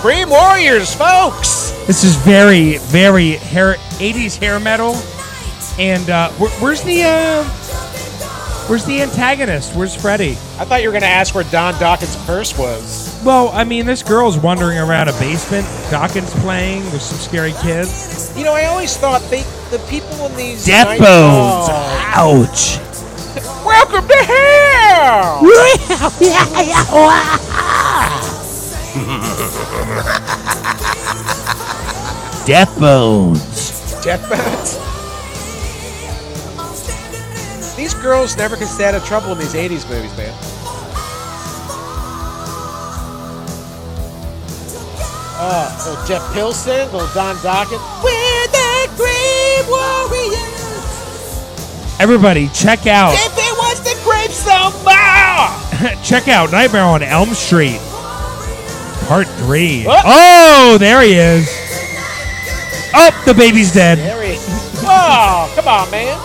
S5: Scream Warriors, folks!
S4: This is very, very hair, 80s hair metal. And uh, where, where's the uh, where's the antagonist? Where's Freddy?
S5: I thought you were going to ask where Don Dawkins' purse was.
S4: Well, I mean, this girl's wandering around a basement. Dawkins playing with some scary kids.
S5: You know, I always thought they, the people in these.
S4: Death
S5: night-
S4: bones.
S5: Oh.
S4: Ouch.
S5: Welcome to hell!
S4: Death bones.
S5: Death bones. These girls never can stay out of trouble in these 80s movies, man. Uh, little Jeff Pilson, little Don Dawkins. We're the Grave Warriors!
S4: Everybody, check out
S5: If it was the Grave Zomba!
S4: check out Nightmare on Elm Street, Part Three.
S5: Oh.
S4: Oh, there he is. Oh, the baby's dead.
S5: There he is. Oh, come on, man.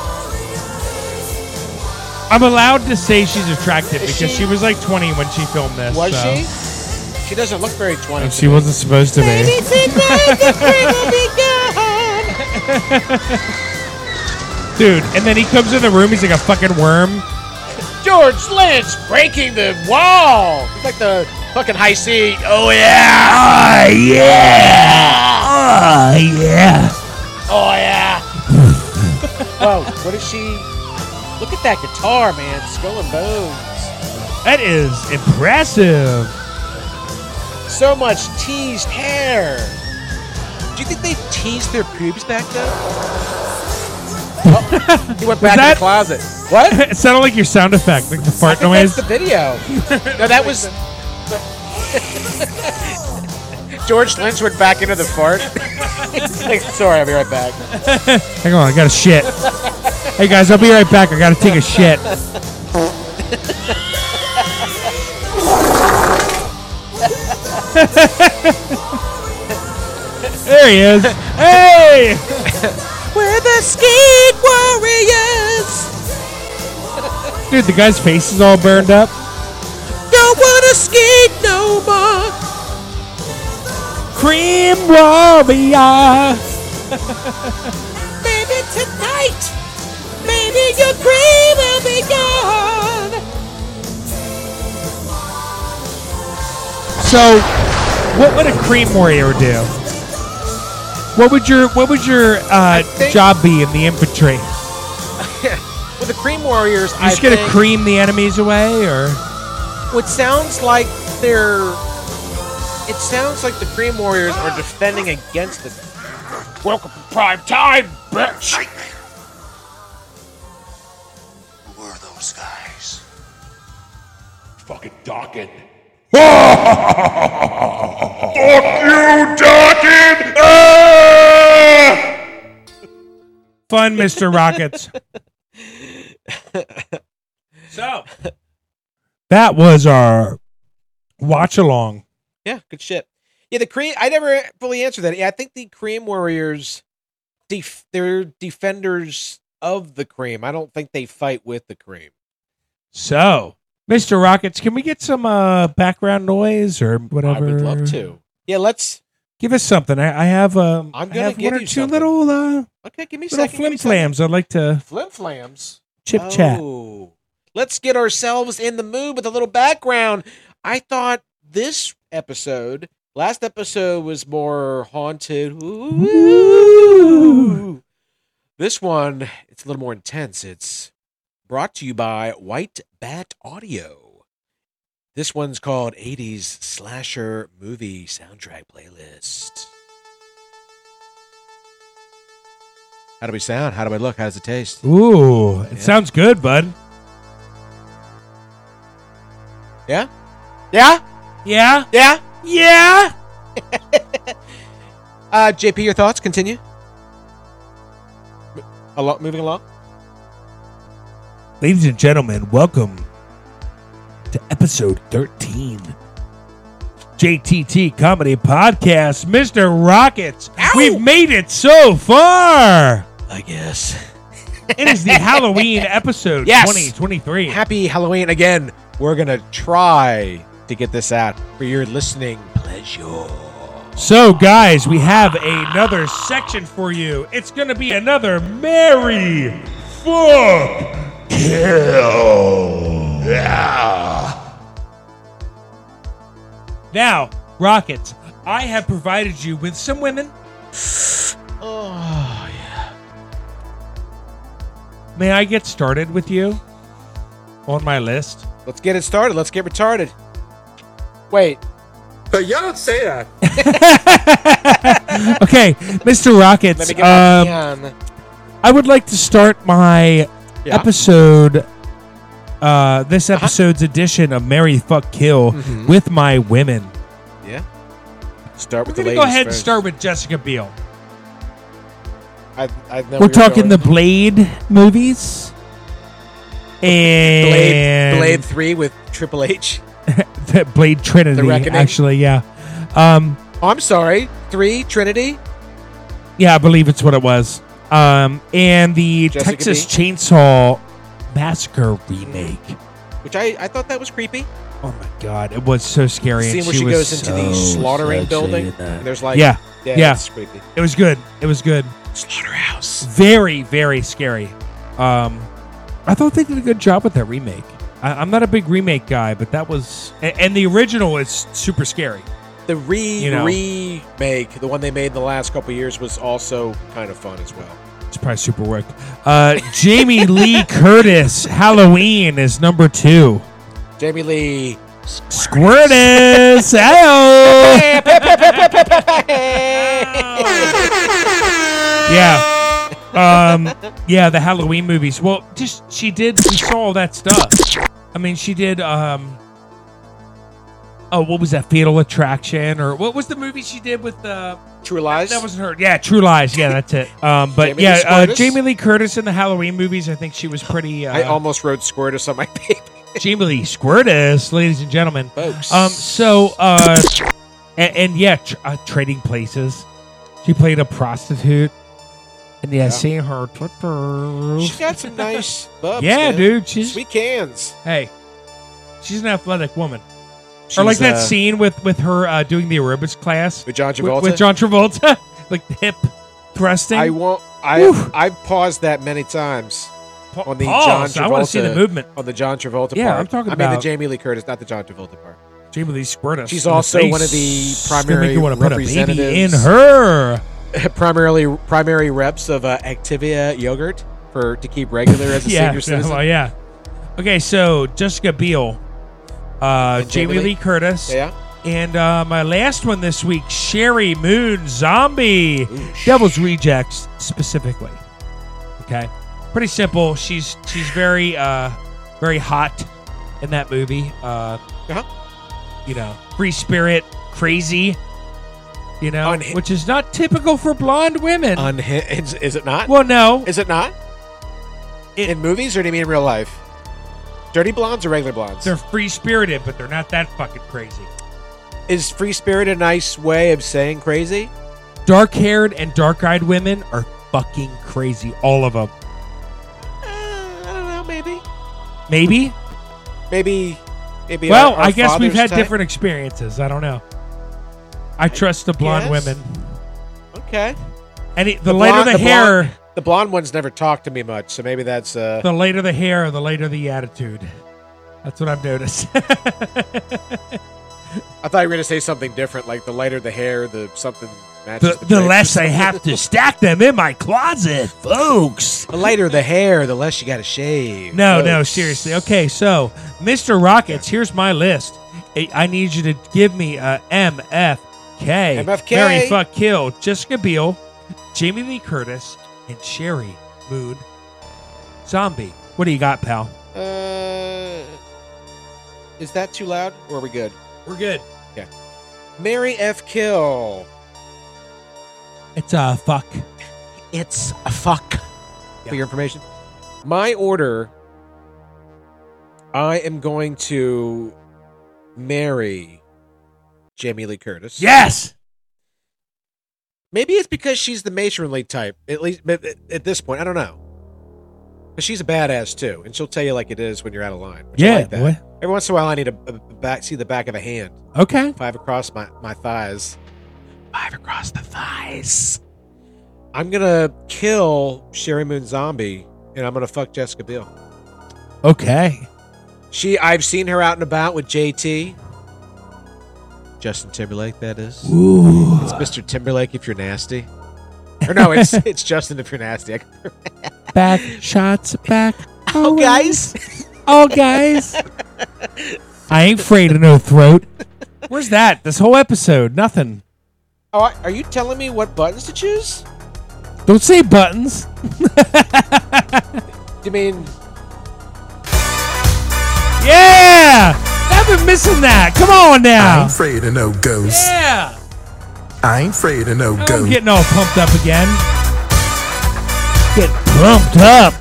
S4: I'm allowed to say she's attractive
S5: Is
S4: because
S5: she-
S4: she? was like 20 when she filmed this.
S5: Was
S4: so.
S5: she? She doesn't look very 20.
S4: And she wasn't supposed to be. Dude, and then he comes in the room, he's like a fucking worm.
S5: George Lynch breaking the wall. He's like the fucking high seat. Oh
S4: Ah, yeah! Ah, yeah!
S5: Oh yeah. Whoa, what is she? Look at that guitar, man. Skull and bones.
S4: That is impressive.
S5: So much teased hair. Do you think they teased their pubes back then? Oh, he went back
S4: that-
S5: in the closet. What? I
S4: It sounded like your sound effect, like the fart
S5: think
S4: noise.
S5: that's the video. No, that was. George Lynch went back into the fart. He's like, Sorry, I'll be right back.
S4: Hang on, I gotta shit. hey guys, I'll be right back. I gotta take a shit. there he is. Hey!
S5: We're the Skate Warriors.
S4: Dude, the guy's face is all burned up.
S5: Don't wanna skate no more.
S4: Cream Warrior!
S5: Maybe tonight. Maybe your dream will be gone.
S4: So, what would a cream warrior do? What would your what would your uh,
S5: think-
S4: job be in the infantry?
S5: Well, the Cream Warriors,
S4: You
S5: I
S4: just gonna
S5: think,
S4: cream the enemies away, or
S5: what sounds like they're. It sounds like the Cream Warriors are defending against the. Welcome to prime time, bitch.
S6: Who are those guys?
S1: Fucking Dawkin. Fuck you, Dawkin! Ah!
S4: fun, Mister Rockets?
S5: So.
S4: That was our watch along.
S5: Yeah, good shit. Yeah, the cream. I never fully answered that. Yeah, I think the cream warriors, def- they're defenders of the cream. I don't think they fight with the cream.
S4: So, Mister Rockets, can we get some uh, background noise or whatever?
S5: I would love to. Yeah, let's.
S4: Give us something. I, I have um,
S5: I'm
S4: I
S5: gonna
S4: have
S5: give
S4: one or
S5: you
S4: two
S5: something.
S4: little uh,
S5: Okay, give me a
S4: little
S5: second. give
S4: flim
S5: me a second.
S4: flams. I'd like to
S5: Flim flams.
S4: chip chat.
S5: Oh. Let's get ourselves in the mood with a little background. I thought this episode, last episode was more haunted. Ooh. This one, it's a little more intense. It's brought to you by White Bat Audio. This one's called 80s Slasher Movie Soundtrack Playlist. How do we sound? How do I look? How does it taste?
S4: Ooh, it sounds good, bud.
S5: Yeah? Yeah?
S4: Yeah.
S5: Yeah?
S4: Yeah.
S5: Uh, JP, your thoughts? Continue. Along, moving along.
S4: Ladies and gentlemen, welcome to episode 13. JTT Comedy Podcast, Mr. Rockets. We've made it so far.
S5: I guess.
S4: It is the Halloween episode
S5: Yes.
S4: 2023.
S5: Happy Halloween again. We're gonna try to get this out for your listening pleasure.
S4: So, guys, we have another section for you. It's going to be another Mary.
S1: Fuck! Kill!
S4: Now, Rockets, I have provided you with some women. Oh,
S5: Oh,
S4: yeah. May I get started with you on my list?
S5: Let's get it started. Let's get retarded. Wait,
S9: But y'all don't say that.
S4: Okay, Mr.
S5: let
S4: Rockets,
S5: me get my
S4: um,
S5: peon.
S4: I would like to start my
S5: Yeah. Uh-huh.
S4: episode, uh, this episode's edition of Mary Fuck Kill
S5: Mm-hmm.
S4: with my women.
S5: Start
S4: We're
S5: with
S4: going
S5: the
S4: to
S5: ladies
S4: go ahead
S5: first.
S4: and start with Jessica Biel.
S5: I, I know
S4: We're
S5: we
S4: talking
S5: going-
S4: the Blade movies. And
S5: Blade, Blade Three with Triple H.
S4: the Blade Trinity,
S5: Reckoning.
S4: actually, yeah. Um,
S5: Oh, I'm sorry, Three Trinity.
S4: yeah, I believe it's what it was. Um, and the
S5: Jessica
S4: Texas Chainsaw Massacre remake.
S5: Which I, I thought that was creepy.
S4: Oh my god, it was so scary.
S5: Scene
S4: and
S5: where
S4: she
S5: she
S4: was
S5: goes into the
S4: so-
S5: slaughtering building. And there's like
S4: Yeah,
S5: yeah,
S4: yeah.
S5: It's creepy.
S4: It was good. It was good.
S5: Slaughterhouse.
S4: Very, very scary. Um, I thought they did a good job with that remake. I, I'm not a big remake guy, but that was, a- and the original is super scary.
S5: The re
S4: You know.
S5: remake, the one they made in the last couple of years, was also kind of fun as well.
S4: It's probably super worked. Uh, Jamie Lee Curtis, Halloween is number two.
S5: Jamie Lee.
S4: Squirtus! Ow! yeah. Um, yeah, the Halloween movies. Well, just she did, she saw all that stuff. I mean, she did. Um, oh, what was that? Fatal Attraction, or what was the movie she did with uh, the?
S5: True Lies.
S4: That wasn't her. Yeah, True Lies. Yeah, that's it. Um, but
S5: Jamie Lee
S4: yeah, uh,
S5: Curtis?
S4: Jamie Lee Curtis in the Halloween movies. I think she was pretty. Uh,
S5: I almost wrote Squirtus on my paper,
S4: Jamie Lee Squirtus, ladies and gentlemen.
S5: folks.
S4: Um, so, uh, and, and yeah, tr- uh, trading places. She played a prostitute, and yeah, seeing her.
S5: she's got some nice bubs.
S4: Yeah,
S5: man.
S4: dude, she's
S5: Sweet cans.
S4: hey, she's an athletic woman.
S5: She's,
S4: or like that
S5: uh,
S4: scene with with her uh, doing the aerobics class
S5: with John
S4: with,
S5: Travolta.
S4: with John Travolta, like the hip thrusting.
S5: I won't.
S4: Whew.
S5: I I've paused that many times
S4: Pa-
S5: on the
S4: pause.
S5: John
S4: I want to see the
S5: Travolta-
S4: movement.
S5: on the John Travolta
S4: Yeah,
S5: part.
S4: I'm talking
S5: I mean
S4: about-
S5: the Jamie Lee Curtis, not the John Travolta part.
S4: Jamie Lee Squirtus.
S5: She's
S4: in the
S5: also one of the
S4: face.
S5: primary
S4: Gonna make you wanna Put a baby in
S5: representatives.
S4: her.
S5: Primarily, primary reps of uh, Activia yogurt for to keep regular as a
S4: yeah,
S5: senior citizen.
S4: Well, yeah. Okay, so Jessica Biel, uh,
S5: And Jamie
S4: Jamie Lee
S5: Lee.
S4: Curtis,
S5: yeah,
S4: and uh, my last one this week, Sherry Moon Zombie, Devil's Rejects specifically. Okay, pretty simple. She's she's very uh, very hot in that movie. Uh,
S5: Uh-huh.
S4: You know, free spirit, crazy. You know,
S5: Unhi-
S4: which is not typical for blonde women.
S5: Unhi- is, is it not?
S4: well, no,
S5: Is it not?
S4: It-
S5: in movies, or do you mean in real life? Dirty blondes or regular blondes?
S4: they're free spirited, but they're not that fucking crazy.
S5: Is free spirit a nice way of saying crazy?
S4: dark haired and dark eyed women are fucking crazy. All of them.
S5: Uh, I don't know. Maybe.
S4: Maybe.
S5: Maybe. Maybe.
S4: well,
S5: our- our
S4: I guess we've
S5: father's
S4: had
S5: type?
S4: different experiences. I don't know. I trust the blonde
S5: guess.
S4: women.
S5: Okay.
S4: And it, the, lighter
S5: blonde-
S4: the,
S5: the
S4: hair,
S5: blonde- The blonde ones never talk to me much, so maybe that's uh,
S4: the later the hair, the later the attitude. That's what I've noticed.
S5: I thought you were going to say something different, like the lighter the hair, the something matches.
S4: the, the
S5: drapes or
S4: less I
S5: something.
S4: have to stack them in my closet, folks.
S5: The lighter the hair, the less you got to shave.
S4: No, no,
S5: folks.
S4: seriously. Okay, so Mr. Rockets, here's my list. I I need you to give me a MFK.
S5: MFK.
S4: Mary Fuck Kill, Jessica Biel, Jamie Lee Curtis, and Sherry Moon Zombie. What do you got, pal?
S5: Uh, is that too loud, or are we good?
S4: We're good.
S5: Mary F. Kill.
S4: It's a uh, fuck.
S5: It's a fuck. For your information, my order. I am going to marry Jamie Lee Curtis.
S4: Yes.
S5: Maybe it's because she's the matronly type. At least but at at this point, I don't know. But she's a badass too, and she'll tell you like it is when you're out of line. which I like that.
S4: boy.
S5: I Every once in a while, I need a, a back see the back of a hand.
S4: Okay.
S5: Five across my, my thighs. Five across the thighs. I'm gonna kill Sherry Moon Zombie, and I'm gonna fuck Jessica Biel.
S4: Okay.
S5: She, I've seen her out and about with JT, Justin Timberlake. That is.
S4: Ooh.
S5: It's Mr. Timberlake if you're nasty. Or no, it's it's Justin if you're nasty.
S4: Back shots back.
S5: Oh, guys.
S4: Oh guys. I ain't afraid of no throat. Where's that? This whole episode, nothing.
S5: Oh, I- are you telling me what buttons to choose?
S4: Don't say buttons.
S5: You mean
S4: Yeah. I've been missing that. Come on now.
S8: afraid of no ghosts.
S4: Yeah.
S8: I ain't afraid of no
S4: I'm getting all pumped up again. Get pumped up.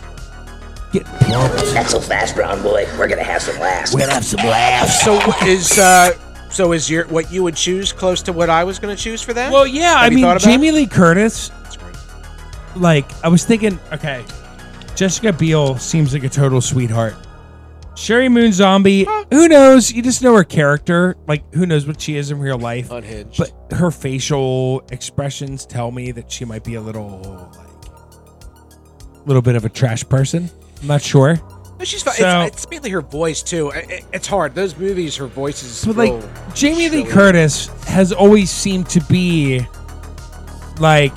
S4: Get pumped.
S10: Not so fast, brown boy. We're gonna have some laughs.
S4: We'll have some laughs.
S5: so is uh so is your what you would choose close to what I was going to choose for that?
S4: Well, yeah, I
S5: Have you
S4: mean
S5: thought about
S4: Jamie Lee Curtis. Like I was thinking, okay, Jessica Biel seems like a total sweetheart. Sherry Moon Zombie, who knows? You just know her character. Like who knows what she is in real life?
S5: unhinged.
S4: But her facial expressions tell me that she might be a little like a little bit of a trash person. I'm not sure.
S5: No, she's fine.
S4: So-
S5: it's, it's mainly her voice too. I- I- it's hard. Those movies, her voice is
S4: But
S5: real
S4: like Jamie Lee
S5: shrill.
S4: Curtis has always seemed to be like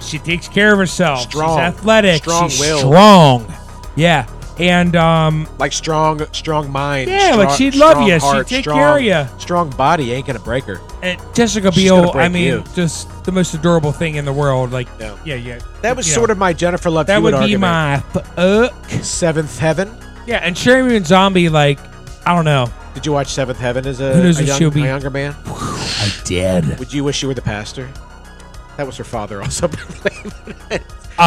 S4: she takes care of herself.
S5: Strong.
S4: She's athletic. she's
S5: Strong-willed.
S4: strong. Yeah. And um
S5: like strong, strong mind.
S4: Yeah,
S5: strong,
S4: like she'd love
S5: strong
S4: ya. She'd
S5: heart,
S4: take
S5: strong,
S4: care of ya.
S5: Strong body ain't gonna break her.
S4: and Jessica
S5: She's gonna
S4: Biel, I
S5: break
S4: mean,
S5: you.
S4: just the most adorable thing in the world. Like
S5: No.
S4: yeah, yeah.
S5: That was
S4: you
S5: sort
S4: know,
S5: of my Jennifer Love
S4: that
S5: Hewitt
S4: would be
S5: argument.
S4: my fuck.
S5: Seventh Heaven.
S4: Yeah, and Sherry Moon Zombie, like, I don't know.
S5: Did you watch Seventh Heaven as a,
S4: Who knows
S5: a
S4: what
S5: young,
S4: she'll be?
S5: a younger man?
S4: I did.
S5: Would you wish you were the pastor? That was her father also.
S4: Uh,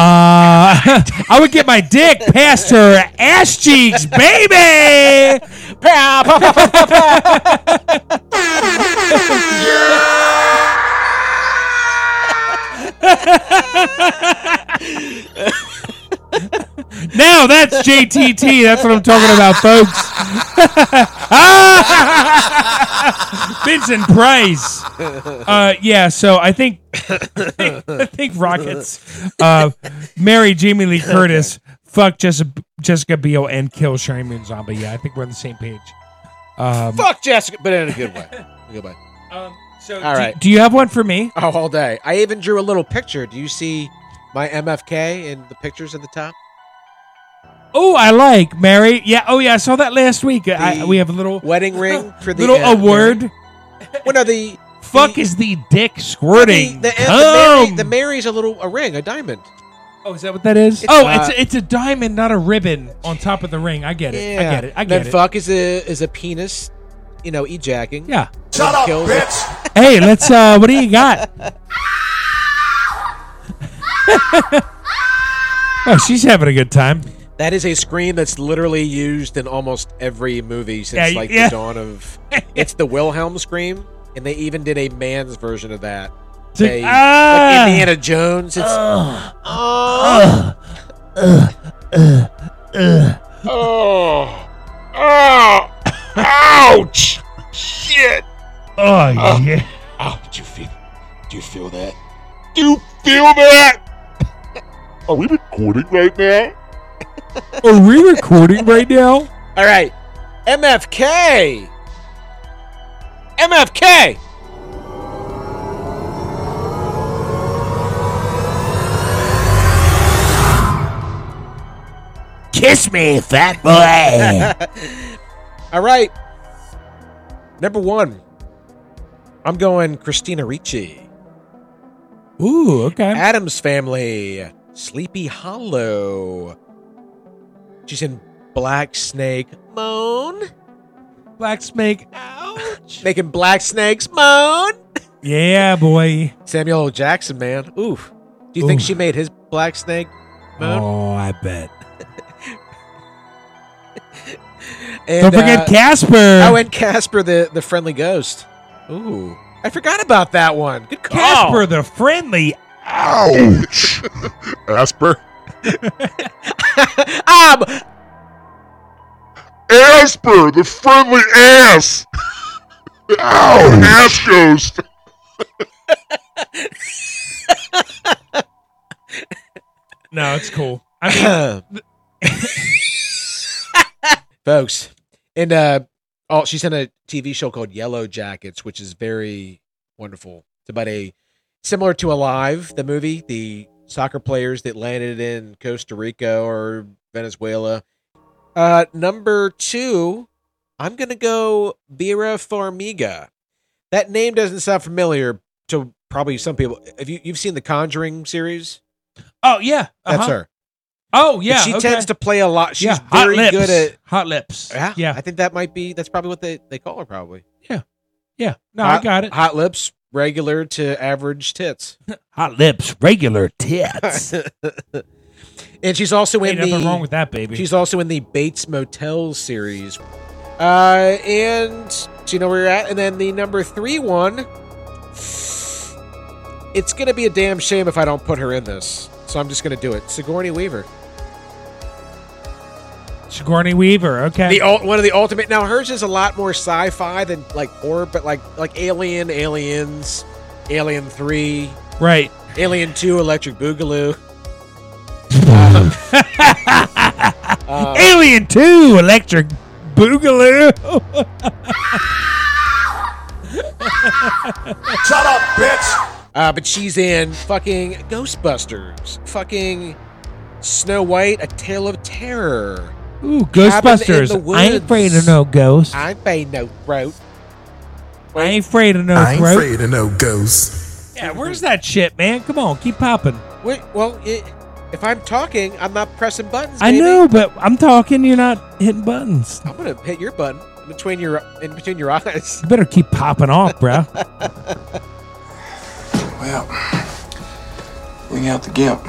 S4: I would get my dick past her ass cheeks, baby. now that's JTT. That's what I'm talking about, folks. Vincent Price. Uh, yeah, so I think I think Rockets uh, marry Jamie Lee Curtis, fuck Jessica, Jessica Biel, and kill Sherry Moon Zombie. Yeah, I think we're on the same page. Um,
S5: Fuck Jessica, but in a good way. A good way.
S4: um, so
S5: All
S4: do,
S5: right.
S4: do you have one for me?
S5: Oh, all day. I even drew a little picture. Do you see my MFK in the pictures at the top?
S4: Oh, I like Mary. Yeah. Oh, yeah. I saw that last week. I,
S5: The
S4: we have a little
S5: Wedding ring for the
S4: little
S5: uh,
S4: award.
S5: Well, no, the
S4: Fuck
S5: the-
S4: is the dick
S5: the,
S4: squirting?
S5: the, the, Mary,
S4: Come.
S5: the Mary's a little a ring, a diamond.
S4: oh, is that what that is?
S5: It's,
S4: oh,
S5: uh,
S4: it's a, it's a diamond, not a ribbon, on top of the ring. I get it. I get it. I
S5: then
S4: get it.
S5: fuck is a is a penis, you know, ejacking.
S4: Yeah.
S8: Shut up,
S5: Kills.
S8: bitch!
S4: Hey, let's. uh What do you got? oh, she's having a good time.
S5: That is a scream that's literally used in almost every movie since
S4: Yeah,
S5: like
S4: yeah.
S5: the dawn of. It's the Wilhelm scream, and they even did a man's version of that.
S4: It's like,
S5: They,
S4: ah!
S5: like Indiana Jones. It's
S4: Oh yeah.
S10: Ah,
S6: Oh, do you feel? Do you feel that? Do you feel that? Are we recording right now?
S4: Are we recording right now?
S5: all right. MFK. MFK.
S10: Kiss me, fat boy.
S5: All right. Number one. I'm going Christina Ricci.
S4: Ooh, okay.
S5: Adam's Family, Sleepy Hollow. She's in Black Snake Moan,
S4: Black snake. Ouch.
S5: making Black Snakes Moan.
S4: Yeah, boy.
S5: Samuel L. Jackson, man. Oof. Do you think
S4: Oof.
S5: she made his Black Snake Moan?
S4: Oh, I bet.
S5: And,
S4: Don't forget
S5: uh,
S4: Casper.
S5: oh, and Casper the the Friendly Ghost. Ooh, Oh. I forgot about that one. Good call.
S4: Casper the friendly.
S10: Oh,
S6: Ouch! Asper.
S5: I'm
S6: Asper, the friendly ass. Ow, ass ghost.
S4: No, it's cool. I mean,
S5: folks. And uh, oh, she's in a TV show called Yellow Jackets, which is very wonderful. It's about a similar to Alive, the movie, the soccer players that landed in Costa Rica or Venezuela. Uh, number two, I'm gonna go Vera Farmiga. That name doesn't sound familiar to probably some people. If you you've seen the Conjuring series,
S4: oh yeah,
S5: that's
S4: uh-huh.
S5: her.
S4: Oh
S5: But
S4: yeah,
S5: she
S4: okay.
S5: tends to play a lot. She's
S4: yeah, hot
S5: very
S4: lips.
S5: good at
S4: hot lips.
S5: yeah,
S4: yeah,
S5: I think that might be. That's probably what they, they call her. Probably
S4: yeah. No, I
S5: Hot-
S4: got it.
S5: hot lips, regular to average tits,
S4: Hot lips, regular tits.
S5: and she's also in
S4: Ain't
S5: the.
S4: nothing wrong with that, baby.
S5: she's also in the Bates Motel series. Uh, and do you know where you're at? And then the number three one. It's gonna be a damn shame if I don't put her in this, so I'm just gonna do it. Sigourney Weaver,
S4: Sigourney Weaver. Okay.
S5: the ult, one of the ultimate. Now hers is a lot more sci-fi than like horror, but like like Alien, Aliens, Alien Three,
S4: right.
S5: Alien 2 Electric Boogaloo. Uh,
S4: Alien Two, Electric Boogaloo.
S9: Shut up, bitch!
S5: uh, but she's in fucking Ghostbusters, fucking Snow White, A Tale of Terror.
S4: Ooh,
S5: in
S4: Ghostbusters.
S5: the
S4: I ain't afraid of
S5: woods.
S4: no ghosts. I,
S5: I pay no throat.
S4: ain't afraid of no
S8: I ain't
S4: throat.
S8: afraid of no ghosts.
S4: Yeah, where's that shit, man? Come on, keep popping.
S5: Wait, well, it, if I'm talking, I'm not pressing buttons.
S4: I
S5: baby.
S4: know, but I'm talking. You're not hitting buttons.
S5: I'm gonna hit your button in between your in between your eyes.
S4: You better keep popping off, bro.
S9: Well, bring out the gimp.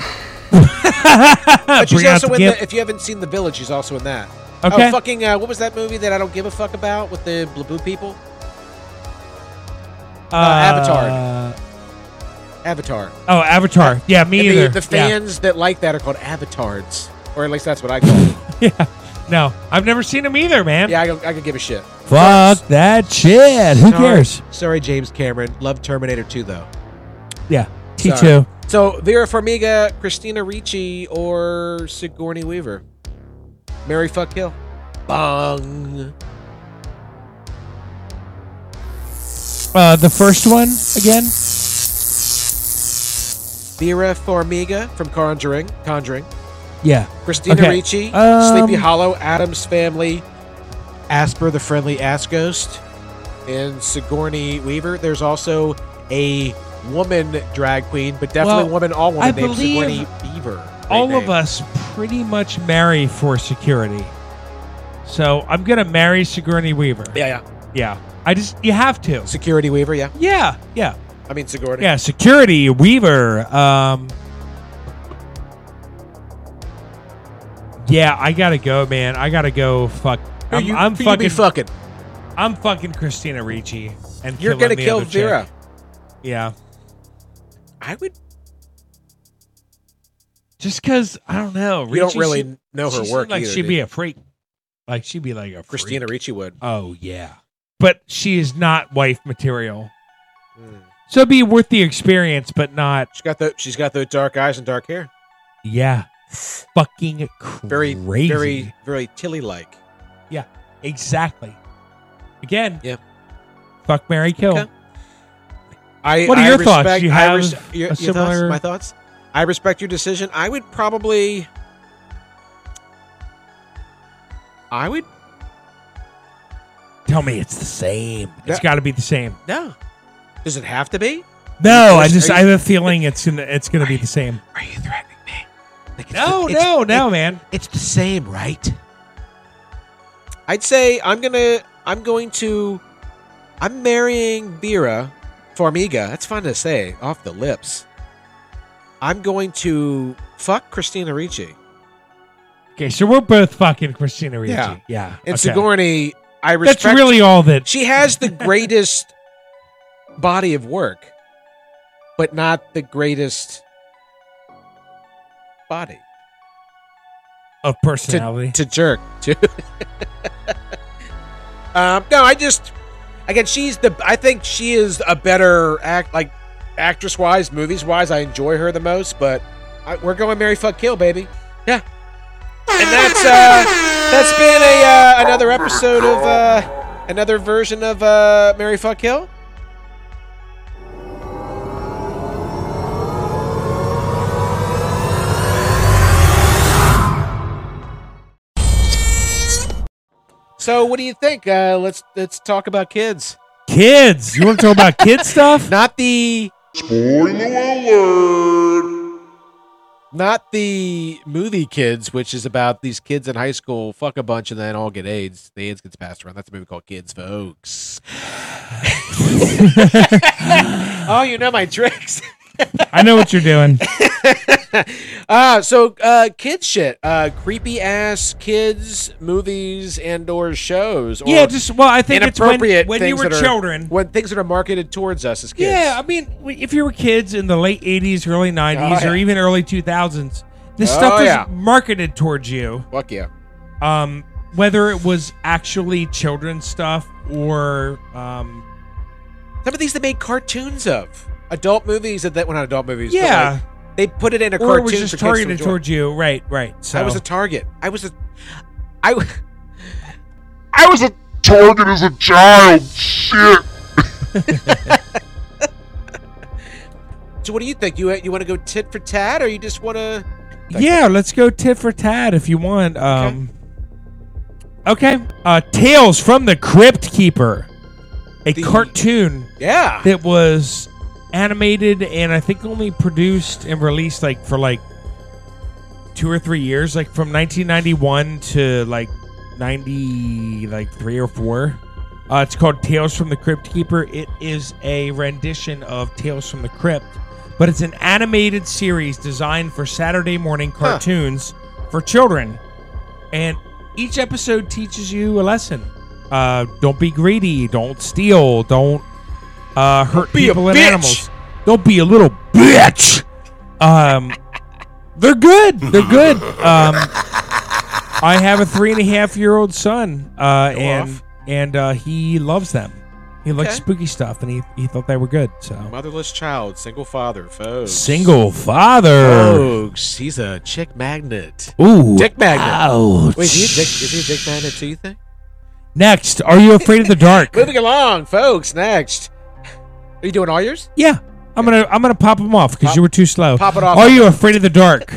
S5: But she's
S4: Bring out
S5: also
S4: the
S5: in
S4: gift.
S5: the. If you haven't seen The Village, she's also in that.
S4: Okay.
S5: Oh, fucking! Uh, what was that movie that I don't give a fuck about with the Blaboo people?
S4: Uh,
S5: Avatar. Avatar.
S4: Oh, Avatar. Yeah, me
S5: And
S4: either.
S5: The, the
S4: Yeah.
S5: fans that like that are called avatars, or at least that's what I call them.
S4: Yeah. No, I've never seen him either, man.
S5: yeah, I, don't- I could give a shit.
S4: Fuck that shit. Who cares?
S5: Sorry, James Cameron. Love Terminator 2, though.
S4: Yeah. T2.
S5: Sorry. So, Vera Farmiga, Christina Ricci, or Sigourney Weaver? Mary Fuck Kill. Bong.
S4: Uh, the first one again.
S5: Vera Farmiga from Conjuring. Conjuring.
S4: Yeah.
S5: Christina
S4: Okay,
S5: Ricci,
S4: um,
S5: Sleepy Hollow, Adam's Family, Asper the Friendly Ass Ghost, and Sigourney Weaver. There's also a woman drag queen, but definitely
S4: Well,
S5: woman, all woman
S4: I
S5: named Sigourney
S4: believe
S5: Beaver. Great
S4: All of
S5: name.
S4: us pretty much marry for security. So I'm gonna marry Sigourney Weaver.
S5: Yeah, yeah.
S4: Yeah. I just you have to.
S5: Security Weaver, yeah.
S4: Yeah. Yeah.
S5: I mean, Sigourney.
S4: Yeah. Security Weaver. Um. Yeah, I gotta go, man. I gotta go. Fuck.
S5: Who
S4: I'm,
S5: you,
S4: I'm
S5: who you
S4: fucking.
S5: be fucking.
S4: I'm fucking Christina Ricci. And
S5: You're
S4: killing
S5: gonna
S4: the
S5: kill
S4: other chick.
S5: Vera.
S4: Yeah.
S5: I would.
S4: Just because I don't know.
S5: We don't
S4: Ricci
S5: really
S4: seemed-
S5: know her
S4: she
S5: work
S4: seemed Like
S5: either.
S4: she'd
S5: dude.
S4: be a freak. Like she'd be like a freak.
S5: Christina Ricci would.
S4: Oh yeah. But she is not wife material.
S5: Mm.
S4: So it'd be worth the experience, but not.
S5: She's got the. She's got those dark eyes and dark hair.
S4: Yeah. Fucking crazy.
S5: Very, very, very Tilly like.
S4: Exactly. Again.
S5: Yeah.
S4: Fuck Mary Kill.
S5: Okay. I,
S4: What are
S5: I
S4: your thoughts?
S5: respect-
S4: Do you
S5: I
S4: have
S5: res-
S4: a
S5: your, your
S4: similar-
S5: thoughts? My thoughts. I respect your decision. I would probably. I would
S4: Tell me it's the same. It's
S5: Yeah.
S4: got to be the same.
S5: no. Does it have to be?
S4: No, I
S5: Are
S4: just
S5: you-
S4: I have a feeling it's gonna it's gonna be the same.
S5: Are you threatening me? Like, it's
S4: No,
S5: the- it's-
S4: no, no,
S5: it-
S4: man.
S5: it's the same, right? I'd say I'm gonna. I'm going to. I'm marrying Vera Farmiga. That's fun to say off the lips. I'm going to fuck Christina Ricci.
S4: Okay, so we're both fucking Christina Ricci.
S5: Yeah.
S4: Yeah,
S5: And
S4: okay.
S5: Sigourney, I respect.
S4: That's really all that.
S5: She has the greatest body of work, but not the greatest body.
S4: of personality.
S5: to, to jerk too. um, no, I just again, she's the. I think she is a better act, like actress wise, movies wise. I enjoy her the most, but I, we're going Mary Fuck Kill, baby. Yeah, and that's uh, that's been a uh, another episode of uh, another version of uh, Mary Fuck Kill. So, what do you think? Uh, let's let's talk about kids.
S4: kids. You want to talk about kid stuff?
S5: Not the
S6: Spoiler alert!
S5: not the movie Kids, which is about these kids in high school fuck a bunch and then all get AIDS. The AIDS gets passed around. That's a movie called Kids, folks. oh, you know my tricks.
S4: I know what you're doing.
S5: Ah, so uh, kids shit, uh, creepy ass kids movies and or shows. Or
S4: yeah, just well, I think it's when,
S5: inappropriate
S4: when you
S5: things
S4: were
S5: that are-
S4: children.
S5: when things that are marketed towards us as kids.
S4: Yeah, I mean, w- if you were kids in the late '80s, early '90s,
S5: Oh,
S4: or
S5: yeah.
S4: even early 2000s, this
S5: Oh,
S4: stuff was
S5: yeah.
S4: marketed towards you.
S5: fuck yeah.
S4: Um, whether it was actually children's stuff or um,
S5: Some of these they made cartoons of adult movies that that were not adult movies. but,
S4: Yeah.
S5: like, they put it in a
S4: or it
S5: cartoon.
S4: was
S5: for
S4: just
S5: kids to
S4: targeted
S5: enjoy.
S4: towards you. Right, right. So
S5: I was a target. I was a. I. w-
S6: I was a target as a child. Shit.
S5: So what do you think? You you want to go tit for tat, or you just want to?
S4: yeah. Let's go tit for tat if you want. Um, okay. Uh, Tales from the Crypt Keeper, a
S5: The-
S4: cartoon
S5: Yeah.
S4: that was animated and I think only produced and released like for like two or three years, like from 1991 to like 90, like three or four. Uh, it's called Tales from the Crypt Keeper. It is a rendition of Tales from the Crypt, but it's an animated series designed for Saturday morning cartoons for children. And each episode teaches you a lesson. Uh, don't be greedy. Don't steal. Don't uh, hurt
S5: be a
S4: people and
S5: bitch.
S4: animals. Don't be a little bitch. Um, they're good. They're good. Um, I have a three and a half year old son, uh, and
S5: off.
S4: and uh, he loves them. He likes
S5: Okay.
S4: spooky stuff, and he, he thought they were good. So
S5: Motherless child, single father, folks.
S4: single father.
S5: folks. He's a chick magnet.
S4: Ooh.
S5: Dick magnet.
S4: Ouch.
S5: Wait, is he, a dick, is he a dick magnet too? You think?
S4: Next, are you afraid of the dark?
S5: Moving along, folks. Next, are you doing all yours?
S4: yeah. I'm gonna I'm gonna pop them off because
S5: Pop-
S4: you were too slow.
S5: pop it off.
S4: Are you afraid of the dark?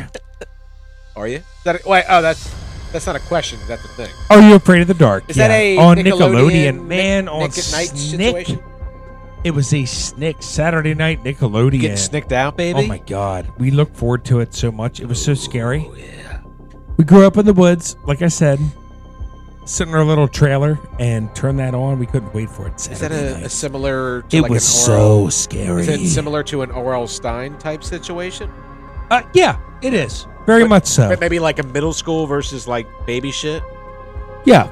S5: Are you? Is that a, wait, oh, that's that's not a question. That's a thing.
S4: Are you afraid of the dark?
S5: Is that a
S4: on
S5: Nickelodeon, Nick-
S4: Man on
S5: Nick at Night
S4: Snick.
S5: situation?
S4: It was a Snick Saturday night Nickelodeon.
S5: Getting snicked out, baby.
S4: Oh my god, we look forward to it so much. It was so scary.
S5: Oh,
S4: We grew up in the woods, like I said, sit in our little trailer and turn that on. We couldn't wait for it.
S5: Is that
S4: Saturday
S5: a,
S4: night.
S5: a similar? To
S4: it
S5: like
S4: was
S5: an oral,
S4: so scary.
S5: Is it similar to an Oral Stein type situation?
S4: uh, yeah, it is very much so.
S5: But maybe like a middle school versus like baby shit.
S4: Yeah,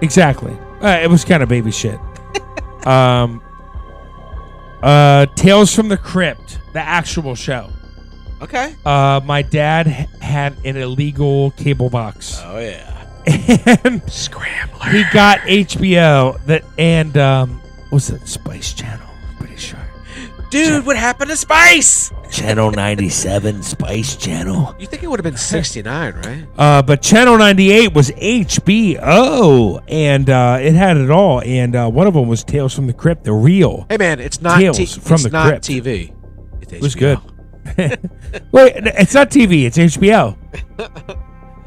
S4: exactly. Uh, it was kind of baby shit. um, uh, Tales from the Crypt, the actual show.
S5: Okay.
S4: Uh, my dad h- had an illegal cable box,
S5: Oh yeah.
S4: and
S5: Scrambler.
S4: he got HBO that and um what was it Spice Channel? I'm pretty sure.
S5: Dude, what happened to Spice?
S10: Channel 97 Spice Channel.
S5: You think it would have been 69, right?
S4: Uh, but Channel 98 was HBO, and uh, it had it all. And uh, one of them was Tales from the Crypt, the real.
S5: Hey man, it's not
S4: Tales
S5: t-
S4: from
S5: it's
S4: the
S5: not
S4: Crypt.
S5: TV. It's
S4: It was good. Wait, n- it's not TV; it's HBO.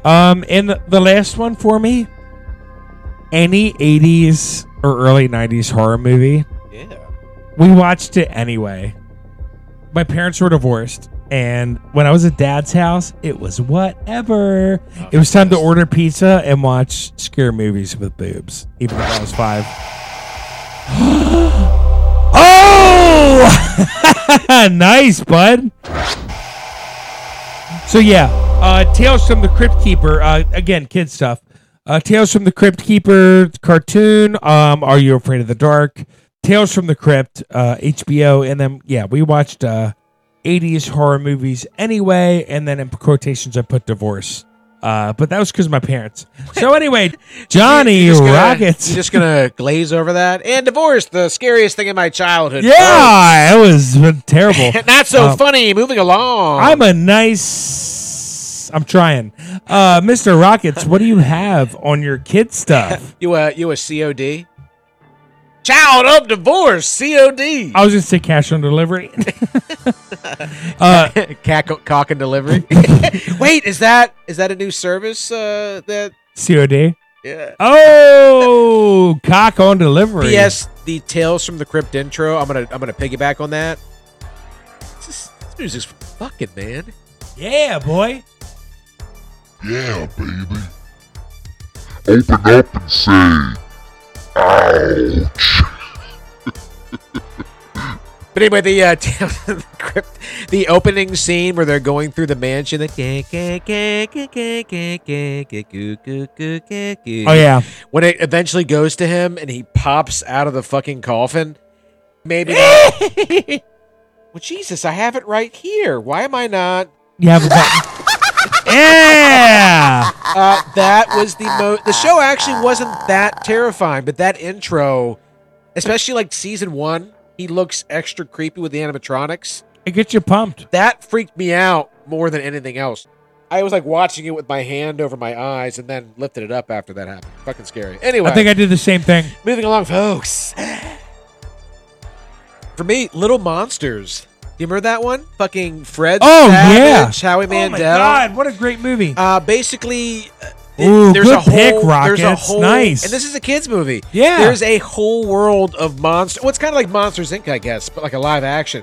S4: um, and the, the last one for me, any '80s or early '90s horror movie.
S5: Yeah.
S4: we watched it anyway. My parents were divorced, and when I was at dad's house, it was whatever. it was time to order pizza and watch scare movies with boobs, even if I was five. oh! nice, bud. So, yeah, uh, Tales from the Crypt Keeper. Uh, again, kid stuff. Uh, Tales from the Crypt Keeper cartoon. Um, Are You Afraid of the Dark? Tales from the Crypt, uh, HBO, and then yeah, we watched uh, 80s horror movies anyway, and then in quotations I put divorce Uh, but that was because my parents. So anyway, Johnny
S5: You're just gonna-
S4: Rockets.
S5: You're just gonna glaze over that and divorce the scariest thing in my childhood.
S4: yeah, it was terrible.
S5: Gross. not so
S4: Um,
S5: funny. Moving along.
S4: I'm a nice. I'm trying, uh, Mr. Rockets. What do you have on your kid stuff?
S5: you a you a COD? Child of divorce, COD.
S4: I was gonna say cash on delivery. uh,
S5: Cack, cock and delivery. Wait, is that is that a new service? Uh, that
S4: COD.
S5: yeah.
S4: Oh, cock on delivery.
S5: P.S. The Tales from the Crypt intro. I'm gonna I'm gonna piggyback on that. This, is- this music's fucking man.
S4: Yeah, boy.
S6: Yeah, baby. Open up and say, ouch.
S5: But anyway, the uh, Tales from the Crypt, the opening scene where they're going through the mansion. The
S4: Oh yeah.
S5: when it eventually goes to him and he pops out of the fucking coffin, maybe. not- well, Jesus, I have it right here. Why am I not?
S4: You have a button. yeah.
S5: Uh, that was the mo The show actually wasn't that terrifying, but that intro, especially like season one, he looks extra creepy with the animatronics.
S4: It gets you pumped.
S5: That freaked me out more than anything else. I was like watching it with my hand over my eyes and then lifted it up after that happened. Fucking scary. Anyway.
S4: I think I did the same thing.
S5: Moving along, folks. For me, Little Monsters. Do you remember that one? Fucking Fred
S4: Oh,
S5: Savage, Howie
S4: Oh my
S5: Mandel.
S4: god, what a great movie.
S5: Uh, basically, uh, th-
S4: Ooh,
S5: there's
S4: good
S5: a whole,
S4: pick,
S5: there's a
S4: Rockets.
S5: whole,
S4: Nice.
S5: and this is a kids movie.
S4: Yeah.
S5: there's a whole world of monsters. Well, it's kind of like Monsters Inc., I guess, but like a live action.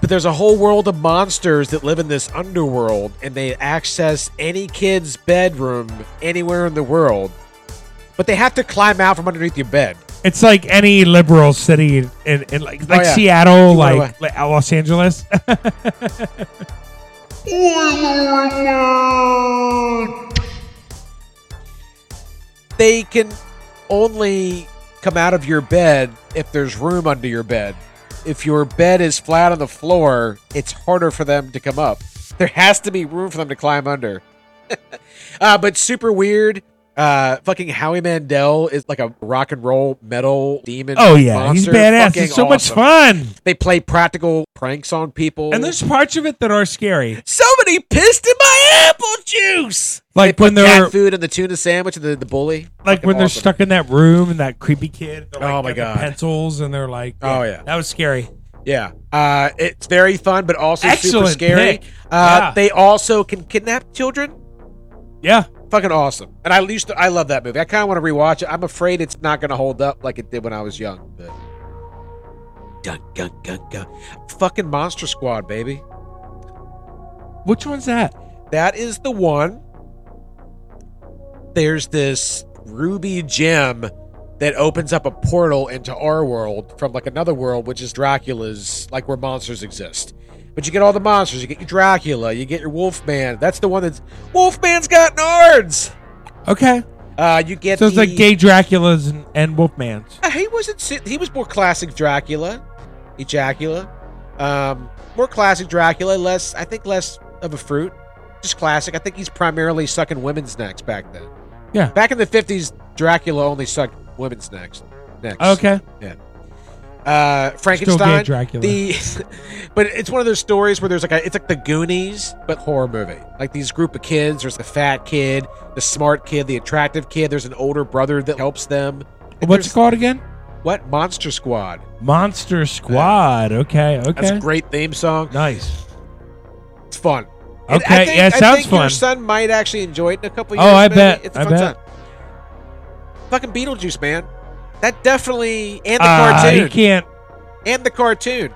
S5: But there's a whole world of monsters that live in this underworld, and they access any kid's bedroom anywhere in the world. But they have to climb out from underneath your bed.
S4: it's like any liberal city in, in, in like like
S5: Oh, yeah.
S4: Seattle,
S5: You wanna
S4: like, like Los Angeles.
S5: they can only come out of your bed if there's room under your bed. If your bed is flat on the floor, it's harder for them to come up. There has to be room for them to climb under. uh, but super weird. Uh, fucking Howie Mandel is like a rock and roll metal demon.
S4: oh yeah, he's
S5: monster.
S4: badass.
S5: Fucking
S4: It's so much
S5: awesome.
S4: fun.
S5: They play practical pranks on people.
S4: And there's parts of it that are scary.
S5: somebody pissed in my apple juice.
S4: Like
S5: They
S4: when
S5: put
S4: they're
S5: cat food and the tuna sandwich and the, the bully.
S4: like when they're
S5: awesome.
S4: stuck in that room and that creepy kid. they're, like,
S5: Oh, my
S4: got the
S5: God.
S4: pencils and they're like,
S5: Oh, yeah.
S4: that was scary.
S5: Yeah, uh, it's very fun, but also
S4: Excellent
S5: super scary.
S4: pick.
S5: Uh,
S4: Yeah.
S5: They also can kidnap children.
S4: Yeah,
S5: Fucking awesome. And I used to, I love that movie. I kind of want to rewatch it. I'm afraid it's not going to hold up like it did when I was young. But gun, gun, gun, gun. Fucking Monster Squad, baby.
S4: which one's that?
S5: That is the one. There's this ruby gem that opens up a portal into our world from like another world, which is Dracula's, like where monsters exist. But you get all the monsters. You get your Dracula. You get your Wolfman. That's the one that's Wolfman's got nards.
S4: Okay,
S5: Uh, you get
S4: so it's
S5: the,
S4: like gay Draculas and, and Wolfman's.
S5: Uh, he wasn't. su- He was more classic Dracula, Ejaculate. Um, more classic Dracula. Less, I think, less of a fruit. Just classic. I think he's primarily sucking women's necks back then.
S4: Yeah.
S5: Back in the fifties, Dracula only sucked women's necks. Necks.
S4: Okay,
S5: Uh,
S4: still gay
S5: Frankenstein.
S4: Dracula.
S5: The, but it's one of those stories where there's like a, it's like the Goonies, but horror movie. Like these group of kids. There's the fat kid, the smart kid, the attractive kid. There's an older brother that helps them. And
S4: What's
S5: there's-
S4: it called again?
S5: What Monster Squad?
S4: Monster Squad. Okay, okay,
S5: That's a great theme song.
S4: nice.
S5: It's fun. And
S4: Okay,
S5: I think,
S4: yeah, it
S5: I
S4: sounds
S5: think Your
S4: fun.
S5: son might actually enjoy it in a couple
S4: Oh,
S5: years.
S4: I
S5: maybe.
S4: bet,
S5: It's a
S4: I
S5: fun
S4: bet.
S5: time. Fucking Beetlejuice, man. That definitely and the
S4: Ah, you
S5: cartoon
S4: can't
S5: and the cartoon.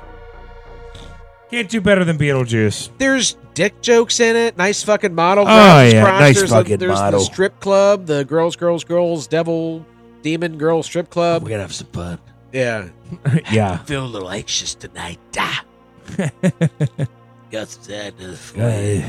S4: can't do better than Beetlejuice.
S5: There's dick jokes in it. Nice fucking model.
S4: Oh,
S5: graphics,
S4: yeah,
S5: crotch.
S4: nice
S5: there's
S10: fucking
S5: a, there's
S10: model.
S5: the strip club, the girls, girls, girls, devil, demon, girl strip
S10: We're
S5: club.
S4: Oh,
S10: gonna have some fun.
S5: Yeah,
S4: yeah.
S10: Feel a little anxious tonight. Ah. Got some sadness for you.
S4: Uh,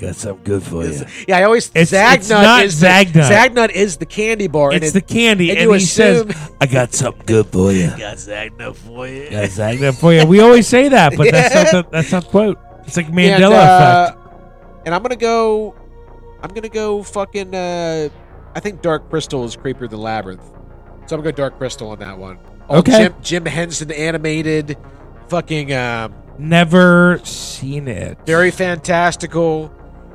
S10: Got something good for you.
S5: yeah. I always
S4: It's-
S5: Zagnut
S4: it's not
S5: is the-
S4: Zagnut.
S5: Zagnut is the candy bar.
S4: it's
S5: and
S4: the
S5: it,
S4: candy,
S5: and
S4: and,
S5: you
S4: he says,
S5: assume
S10: I got something good for you.
S9: Got Zagna for you.
S10: Got something
S4: "That for you." We always say that,
S5: uh,
S4: but that's not the, that's not the quote. It's like Mandela
S5: and,
S4: effect.
S5: uh, And I'm gonna go I'm gonna go fucking. Uh, I think Dark Crystal is creepier than Labyrinth, so I'm gonna go Dark Crystal on that one. Old
S4: Okay.
S5: Jim, Jim Henson animated, fucking um,
S4: Never seen it.
S5: very fantastical.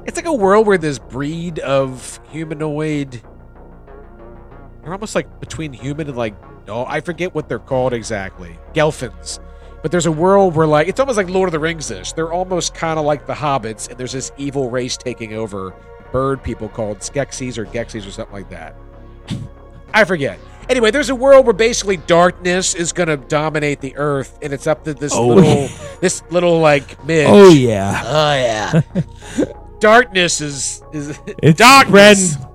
S5: It's like a world where this breed of humanoid, they're almost like between human and like oh, I forget what they're called exactly, Gelfins. But there's a world where like it's almost like Lord of the Rings ish. They're almost kind of like the hobbits, and there's this evil race taking over bird people called Skeksis or Gexies or something like that. I forget. Anyway, there's a world where basically darkness is going to dominate the earth, and it's up to this
S4: Oh,
S5: little, this little like midge.
S4: Oh yeah,
S5: Uh,
S10: Oh yeah.
S5: darkness is is
S4: it's
S5: darkness.
S4: spreading.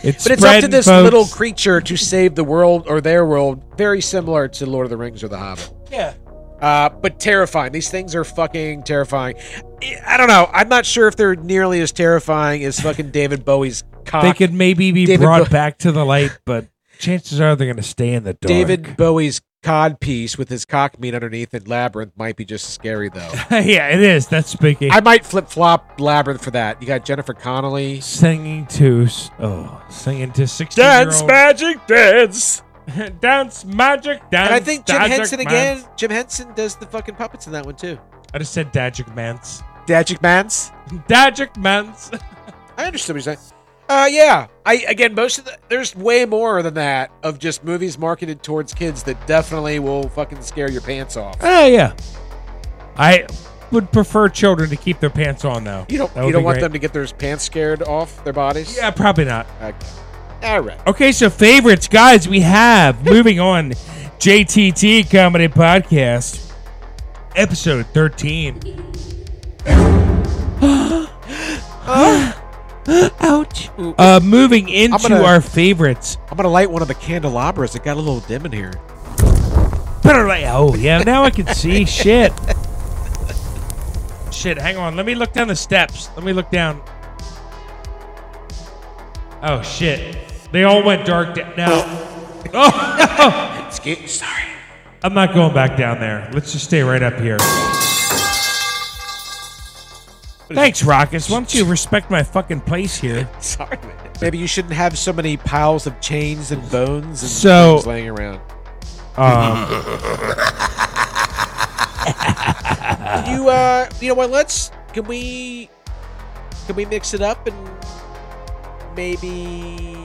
S4: It's
S5: But it's up to
S4: spreading,
S5: this
S4: folks.
S5: little creature to save the world or their world, very similar to Lord of the Rings or The Hobbit.
S4: Yeah.
S5: Uh, but terrifying. These things are fucking terrifying. I- I don't know. I'm not sure if they're nearly as terrifying as fucking David Bowie's cock.
S4: They could maybe be
S5: David
S4: brought
S5: Bo-
S4: back to the light, but chances are they're going to stay in the dark.
S5: David Bowie's cod piece with his cock meat underneath in Labyrinth might be just as scary though.
S4: yeah, it is. That's speaking.
S5: I might flip flop Labyrinth for that. You got Jennifer Connelly.
S4: singing to s- oh, singing to sixteen
S5: Dance magic dance.
S4: dance magic dance.
S5: And I think Jim
S4: magic
S5: Henson
S4: man.
S5: again. Jim Henson does the fucking puppets in that one too.
S4: I just said Dagic Mans.
S5: Magic Mans.
S4: Dagic Mans.
S5: I understand what you're saying. Uh, yeah. I again, most of the there's way more than that of just movies marketed towards kids that definitely will fucking scare your pants off.
S4: Oh yeah. I would prefer children to keep their pants on though.
S5: You don't
S4: That would
S5: you don't
S4: be
S5: want
S4: great.
S5: them to get their pants scared off their bodies.
S4: Yeah, probably not.
S5: Okay. All right.
S4: Okay, so favorites, guys, we have moving on JTT Comedy Podcast, episode 13. Ouch. Uh, moving into
S5: gonna-
S4: our favorites.
S5: I'm gonna light one of the candelabras. It got a little dim in here.
S4: Better lay. Oh, yeah, now I can see. Shit. Shit, hang on. Let me look down the steps. Let me look down. Oh, shit. They all went dark da- now. Oh.
S5: It's get- sorry.
S4: I'm not going back down there. Let's just stay right up here. Thanks, Rockus. Why don't you respect my fucking place here?
S5: Sorry. man. Maybe you shouldn't have so many piles of chains and bones and
S4: So-
S5: things laying around.
S4: Um,
S5: You uh, you know what? Let's can we can we mix it up and maybe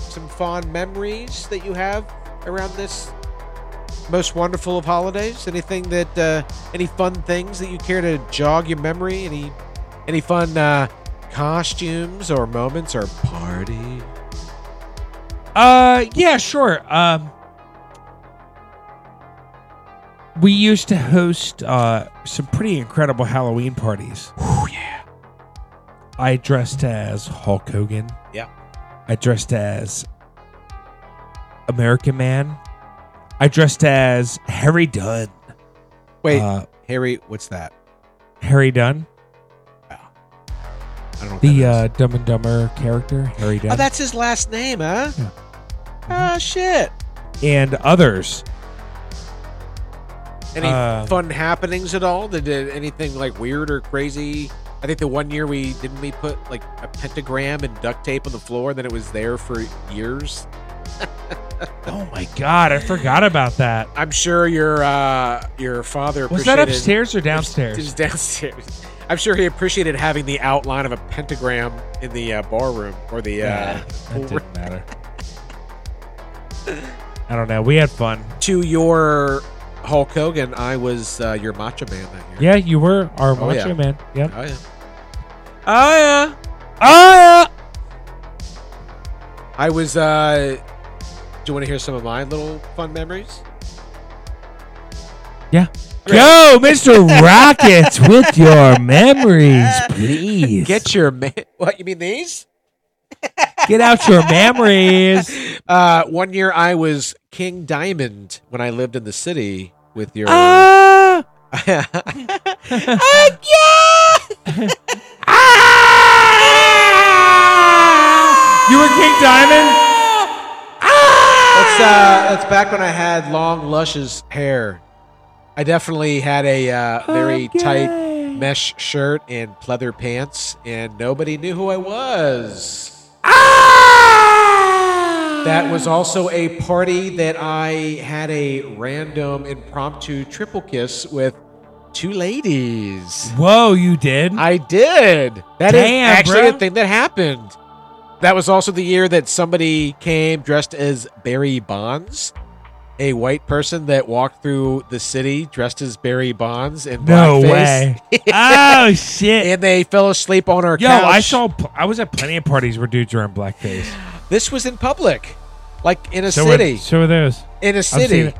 S5: some fond memories that you have around this most wonderful of holidays. Anything that uh, any fun things that you care to jog your memory? Any any fun uh, costumes or moments or party?
S4: uh, yeah, sure. Um, we used to host uh, some pretty incredible Halloween parties. Oh yeah. I dressed as Hulk Hogan.
S5: Yeah.
S4: I dressed as American Man. I dressed as Harry Dunn.
S5: Wait,
S4: Uh,
S5: Harry, what's that?
S4: Harry Dunn.
S5: I don't know. What
S4: The
S5: that is.
S4: uh, Dumb and Dumber character, Harry Dunn,
S5: oh, that's his last name, huh?
S4: Yeah.
S5: Oh shit.
S4: and others.
S5: Any
S4: Uh,
S5: fun happenings at all? Did, did anything like weird or crazy? I think the one year we didn't we put like a pentagram and duct tape on the floor, and then it was there for years.
S4: Oh my God, I forgot about that.
S5: I'm sure your uh, your father
S4: Was that
S5: appreciated-
S4: upstairs or downstairs?
S5: It was downstairs. I'm sure he appreciated having the outline of a pentagram in the uh, barroom or the uh,
S4: that didn't matter. I don't know. We had fun.
S5: to your Hulk Hogan. I was uh, your Macho Man that year.
S4: Yeah, you were our
S5: Oh,
S4: macho
S5: yeah.
S4: man. Yep.
S5: Oh yeah.
S4: Oh yeah.
S5: Ah,
S4: Oh
S5: I was. Uh, do you want to hear some of my little fun memories?
S4: yeah. Go, Mr. Rockets, with your memories, please.
S5: Get your ma- what? You mean these?
S4: Get out your memories.
S5: Uh, one year I was King Diamond when I lived in the city with your. uh,
S4: Ah. You were King Diamond?
S5: That's uh, that's back when I had long, luscious hair. I definitely had a uh, very tight mesh shirt and pleather pants, and nobody knew who I was. That was also a party that I had a random impromptu triple kiss with two ladies.
S4: Whoa, you did?
S5: I did. That is
S4: Damn,
S5: actually
S4: bruh.
S5: a thing that happened. That was also the year that somebody came dressed as Barry Bonds, a white person that walked through the city dressed as Barry Bonds in
S4: No
S5: blackface.
S4: way. oh shit.
S5: And they fell asleep on our
S4: Yo,
S5: couch.
S4: I saw. pl- I was at plenty of parties where dudes were in blackface.
S5: this was in public, like in a
S4: So
S5: city.
S4: Were, so were those.
S5: in a
S4: seen
S5: city.
S4: it.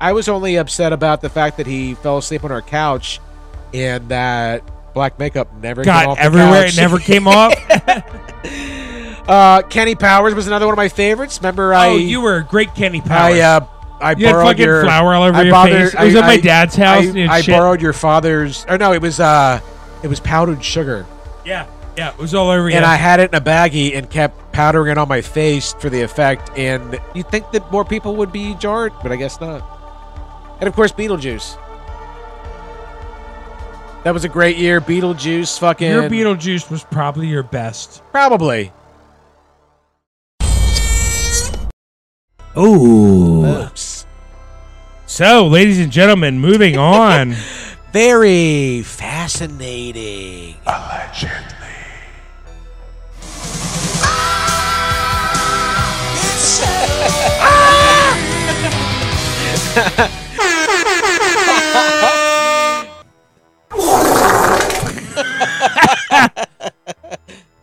S5: I was only upset about the fact that he fell asleep on our couch, and that black makeup never came
S4: God,
S5: off
S4: everywhere
S5: The
S4: it
S5: couch.
S4: never came off.
S5: Uh, Kenny Powers was another one of my favorites. Remember, I
S4: oh, you were a great Kenny Powers.
S5: I uh, I
S4: You had
S5: borrowed
S4: fucking
S5: your
S4: flour all over your face. It was at my dad's house
S5: I,
S4: and you had
S5: I
S4: shit.
S5: borrowed your father's. Or no, it was uh, it was powdered sugar,
S4: yeah, yeah, it was all over.
S5: and
S4: you.
S5: I had it in a baggie and kept powdering it on my face for the effect. And you'd think that more people would be jarred, but I guess not. And of course, Beetlejuice. That was a great year. Beetlejuice, fucking
S4: your Beetlejuice was probably your best.
S5: probably.
S4: Oh,
S5: Oops.
S4: so ladies and gentlemen, moving on.
S5: Very fascinating.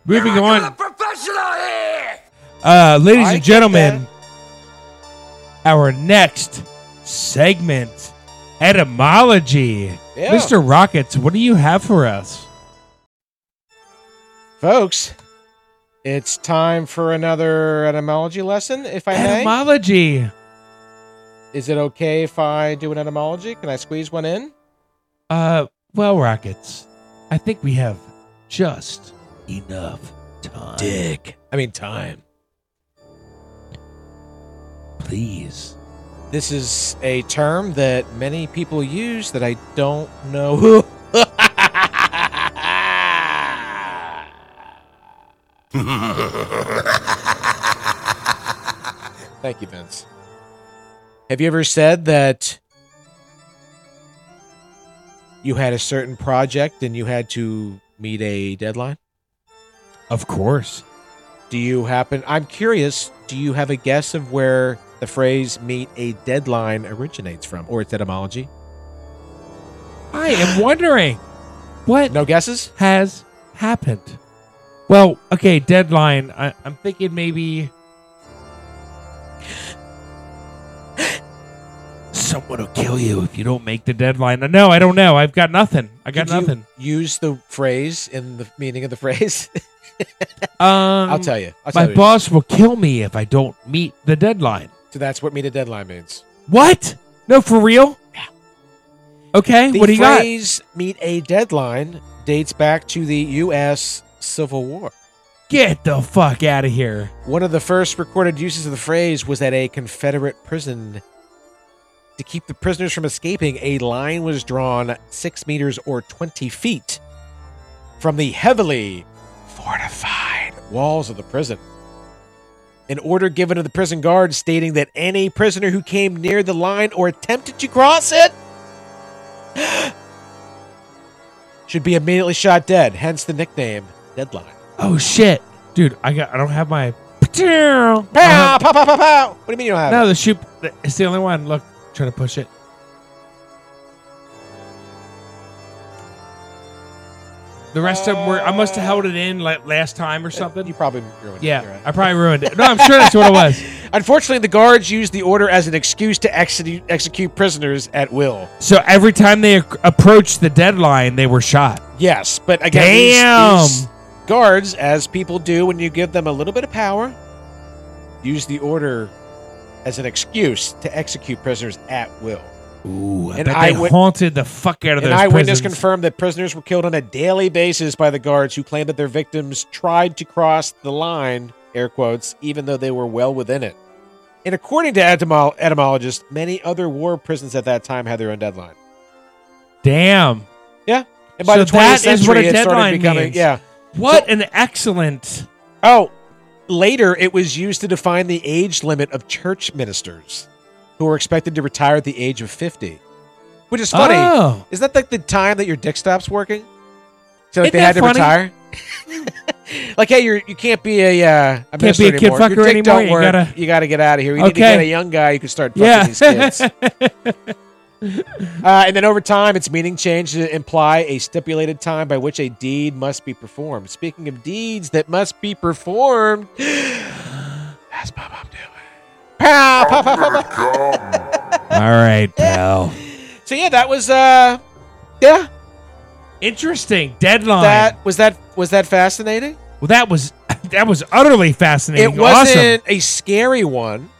S4: moving on. Uh, ladies
S5: I
S4: and
S5: get
S4: gentlemen, our next segment, etymology.
S5: Yeah.
S4: Mr. Rockets, what do you have for us?
S5: Folks, it's time for another etymology lesson, if I may.
S4: Etymology.
S5: Is it okay if I do an etymology? Can I squeeze one in?
S4: Uh, well, Rockets, I think we have just enough time.
S5: Dick. I mean, time.
S4: Please.
S5: This is a term that many people use that I don't know who. Thank you, Vince. Have you ever said that you had a certain project and you had to meet a deadline?
S4: Of course.
S5: Do you happen? I'm curious. Do you have a guess of where the phrase "meet a deadline" originates from, or its etymology?
S4: I am wondering what
S5: No guesses.
S4: has happened. Well, okay, deadline. I, I'm thinking maybe. Someone will kill you if you don't make the deadline. No, I don't know. I've got nothing. I got
S5: Did you
S4: nothing.
S5: use the phrase in the meaning of the phrase.
S4: Um,
S5: I'll tell you. I'll tell
S4: My
S5: you.
S4: boss will kill me if I don't meet the deadline.
S5: so that's what "meet a deadline" means.
S4: What? No, for real? Okay,
S5: The
S4: what do you got?
S5: phrase "meet a deadline" dates back to the U.S. Civil War.
S4: Get the fuck out of here.
S5: One of the first recorded uses of the phrase was at a Confederate prison. To keep the prisoners from escaping, a line was drawn six meters or 20 feet from the heavily fortified walls of the prison. An order given to the prison guard stating that any prisoner who came near the line or attempted to cross it should be immediately shot dead, hence the nickname Deadline.
S4: Oh shit, dude! I got. I don't have my.
S5: Pow, pow, pow, pow, pow. What do you mean you don't have it?
S4: Uh-huh. No, the shoot. It's the only one. Look, try to push it. The rest of them were. I must have held it in like last time or
S5: Uh, You
S4: something.
S5: probably ruined it. You're
S4: Yeah,
S5: right.
S4: I probably ruined it. No, I'm sure that's what it was.
S5: Unfortunately, the guards used the order as an excuse to execute, execute prisoners at will.
S4: So every time they ac- approached the deadline, they were shot.
S5: Yes, but again, these-
S4: Damn.
S5: these guards, as people do when you give them a little bit of power, use the order as an excuse to execute prisoners at will.
S4: Ooh, I
S5: An
S4: bet they
S5: eyewi-
S4: haunted the fuck out of
S5: An
S4: those prisons.
S5: eyewitness confirmed that prisoners were killed on a daily basis by the guards who claimed that their victims tried to cross the line, air quotes, even though they were well within it. And according to etymol- etymologists, many other war prisons at that time had their own deadline.
S4: Damn.
S5: Yeah. And by
S4: so
S5: the 20th
S4: that is what a
S5: century, it started
S4: deadline
S5: becoming-
S4: means.
S5: yeah.
S4: What an excellent.
S5: Oh, later it was used to define the age limit of church ministers who were expected to retire at the age of 50. Which is funny.
S4: Oh.
S5: Is that like the time that your dick stops working? So like,
S4: Isn't
S5: they had
S4: that funny?
S5: to retire? like, hey, you're, you can't be a, uh, a
S4: Can't
S5: minister
S4: be a kid
S5: anymore.
S4: fucker
S5: your dick
S4: anymore.
S5: don't
S4: You
S5: work.
S4: gotta-
S5: get out of here. We need to
S4: Okay.
S5: get a young guy who can start fucking
S4: Yeah.
S5: these kids. Uh, and then over time, its meaning changed to imply a stipulated time by which a deed must be performed. Speaking of deeds that must be performed, that's Pop Pop doing. Pow, pow, pow, pow, pow.
S4: All right, pal.
S5: So yeah, that was uh, yeah,
S4: Interesting deadline.
S5: that was that was that fascinating.
S4: well, that was that was utterly fascinating. Awesome.
S5: It wasn't a scary one.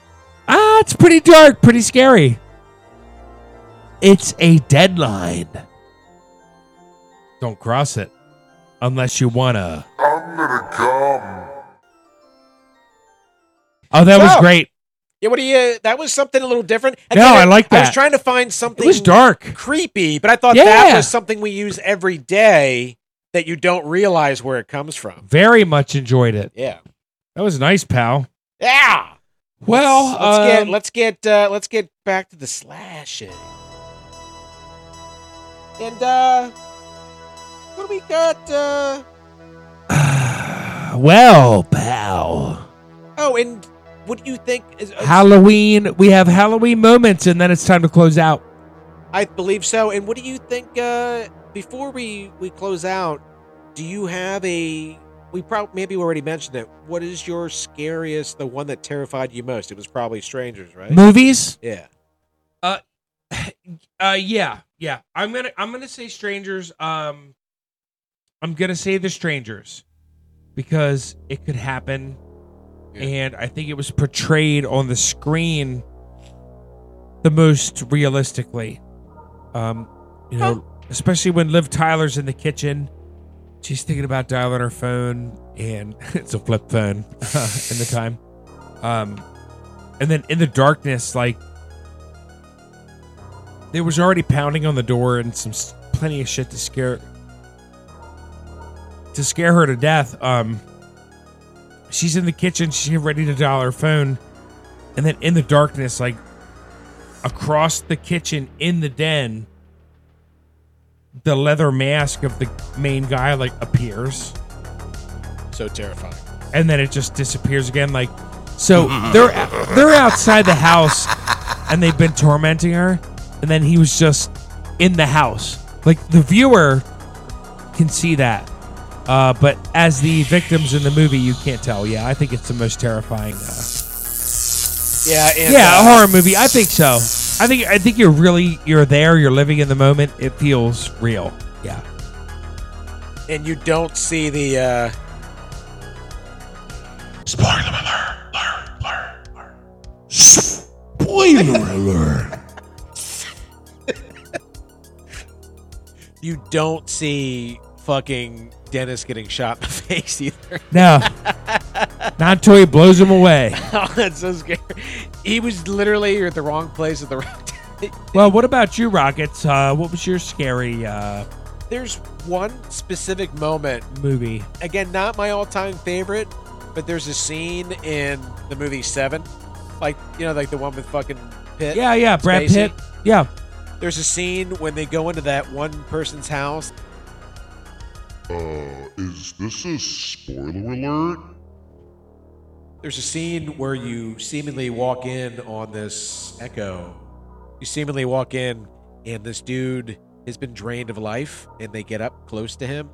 S4: Ah, it's pretty dark, pretty scary. It's a deadline. Don't cross it unless you wanna.
S6: I'm gonna come.
S4: Oh, that was
S5: So-
S4: great.
S5: Yeah, what do you? That was something a little different.
S4: No, I like
S5: I was
S4: that.
S5: trying to find something.
S4: It was dark.
S5: creepy, but I thought
S4: Yeah.
S5: that was something we use every day that you don't realize where it comes from.
S4: Very much enjoyed it.
S5: Yeah.
S4: That was nice, pal.
S5: Yeah.
S4: Well,
S5: let's, let's get
S4: um,
S5: let's get uh, let's get back to the slashing. And uh what do we got uh
S4: well, pal.
S5: oh and what do you think is uh,
S4: Halloween. We have Halloween moments, and then it's time to close out.
S5: I believe so. And what do you think uh before we we close out, do you have a we probably maybe we already mentioned it. What is your scariest the one that terrified you most? It was probably strangers, right?
S4: Movies.
S5: Yeah.
S4: Uh, yeah, yeah. I'm gonna I'm gonna say strangers. Um, I'm gonna say the strangers because it could happen,
S5: Yeah.
S4: and I think it was portrayed on the screen the most realistically. Um, you know, especially when Liv Tyler's in the kitchen, she's thinking about dialing her phone, and it's a flip phone in the time. Um, and then in the darkness, like there was already pounding on the door and some s- plenty of shit to scare to scare her to death. Um, she's in the kitchen. She's ready to dial her phone, and then in the darkness, like across the kitchen in the den, the leather mask of the main guy like appears,
S5: So terrifying.
S4: and then it just disappears again. Like, so they're they're outside the house, and they've been tormenting her, and then he was just in the house. Like the viewer can see that. Uh, but as the victims in the movie, you can't tell. Yeah, I think it's the most terrifying. Uh,
S5: Yeah, and,
S4: yeah, a
S5: uh,
S4: horror movie. I think so. I think I think you're really you're there. You're living in the moment. It feels real. Yeah.
S5: uh, and you don't see the uh
S6: Spoiler alert! Alert! Alert! alert. Spoiler alert!
S5: you don't see fucking Dennis getting shot in the face either.
S4: No. Not until he blows him away.
S5: oh, that's so scary. He was literally at the wrong place at the wrong time.
S4: Well, what about you, Rockets? Uh, what was your scary uh,
S5: There's one specific moment.
S4: movie?
S5: Again, not my all-time favorite, but there's a scene in the movie Seven, like you know, like the one with fucking Pitt.
S4: Yeah, yeah, Brad
S5: Uh, Spacey.
S4: Pitt. Yeah.
S5: There's a scene when they go into that one person's house.
S6: Uh, is this a spoiler alert?
S5: There's a scene where you seemingly walk in on this echo. You seemingly walk in, and this dude has been drained of life, and they get up close to him.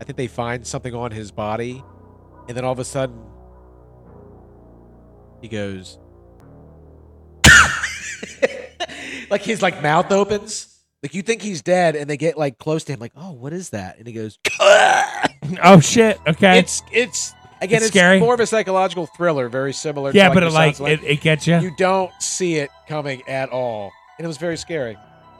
S5: I think they find something on his body, and then all of a sudden, he goes. like his like mouth opens. Like you think he's dead, and they get like close to him, like, oh, what is that? And he goes,
S4: Oh shit. Okay.
S5: it's it's again,
S4: It's
S5: it's,
S4: scary.
S5: more of a psychological thriller, very similar.
S4: yeah,
S5: to
S4: but it
S5: your
S4: like
S5: Silence of the
S4: it, it gets you.
S5: Lambs. you don't see it coming at all, and it was very scary.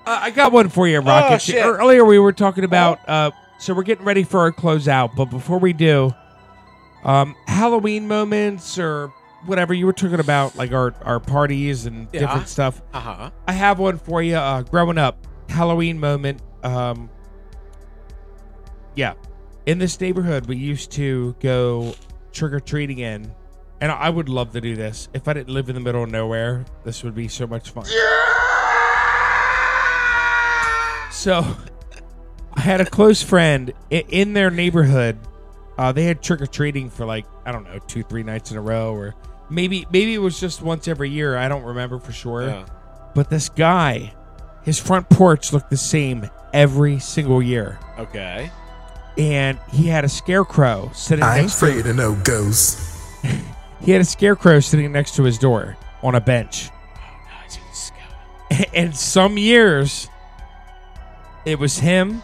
S4: Uh, I got one for you, Rocket.
S5: Oh, shit.
S4: Earlier we were talking about, uh, so we're getting ready for our closeout, but before we do, um, Halloween moments or whatever you were talking about, like our, our parties and
S5: Yeah.
S4: different stuff.
S5: Uh huh.
S4: I have one for you. Uh, growing up, Halloween moment. Um, Yeah. In this neighborhood, we used to go trick or treating in, and I would love to do this. If I didn't live in the middle of nowhere, this would be so much fun. So I had a close friend i- in their neighborhood. Uh, they had trick or treating for like I don't know two three nights in a row, or maybe maybe it was just once every year. I don't remember for sure.
S5: Yeah.
S4: But this guy, his front porch looked the same every single year,
S5: Okay.
S4: and he had a scarecrow sitting.
S11: I ain't
S4: next to
S11: afraid of no ghosts.
S4: he had a scarecrow sitting next to his door on a bench. And some years, it was him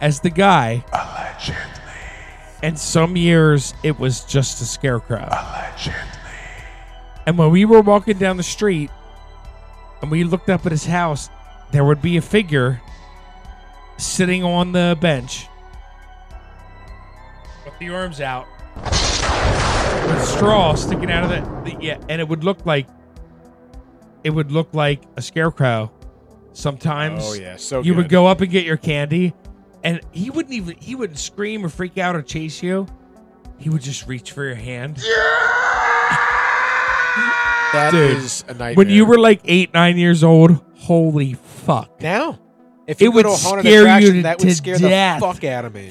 S4: as the guy. Allegedly. And some years, it was just a scarecrow. Allegedly. And when we were walking down the street and we looked up at his house, there would be a figure sitting on the bench with the arms out with straw sticking out of the, the yeah, and it would look like it would look like a scarecrow. Sometimes,
S5: Oh, yeah, so
S4: you would
S5: good.
S4: go up and get your candy, and he wouldn't even he wouldn't scream or freak out or chase you. He would just reach for your hand.
S5: That is
S4: Dude,
S5: a nightmare.
S4: When you were like eight, nine years old, holy fuck!
S5: now, if
S4: It
S5: you go
S4: would
S5: to a haunted
S4: scare you
S5: attraction,
S4: to-
S5: that would
S4: to
S5: scare
S4: death.
S5: the fuck out of me.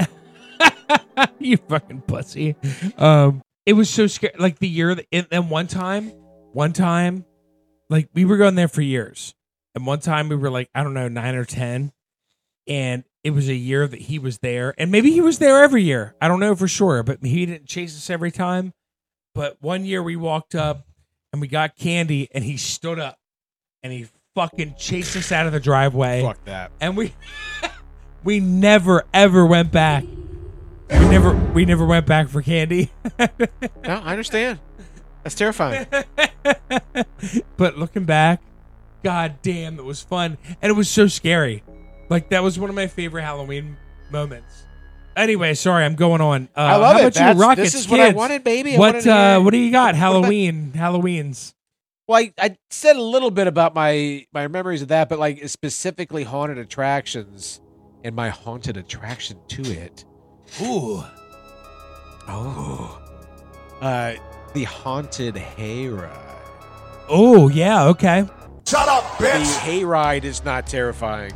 S4: you fucking pussy. Um, it was so scary. Like the year that, and then one time, one time, like we were going there for years, and one time we were like, I don't know, nine or ten, and it was a year that he was there, and maybe he was there every year. I don't know for sure, but he didn't chase us every time. But one year we walked up and we got candy, and he stood up and he fucking chased us out of the driveway.
S5: Fuck that.
S4: And we we never ever went back. We never we never went back for candy.
S5: No, I understand. That's terrifying.
S4: but looking back, god damn, it was fun and it was so scary. Like that was one of my favorite Halloween moments. Anyway, sorry, I'm going on. Uh,
S5: I love
S4: how
S5: it.
S4: About
S5: That's-
S4: you Rockets,
S5: this is what I
S4: kids?
S5: wanted, baby. I wanted
S4: What
S5: to
S4: uh,
S5: hear-
S4: what do you got?
S5: What about-
S4: Halloween, Halloween's.
S5: Well, I, I said a little bit about my my memories of that, but like specifically haunted attractions and my haunted attraction to it.
S4: Ooh.
S5: Oh. Uh, the haunted hayride.
S4: Oh yeah, okay.
S5: Shut up, bitch! The hayride is not terrifying,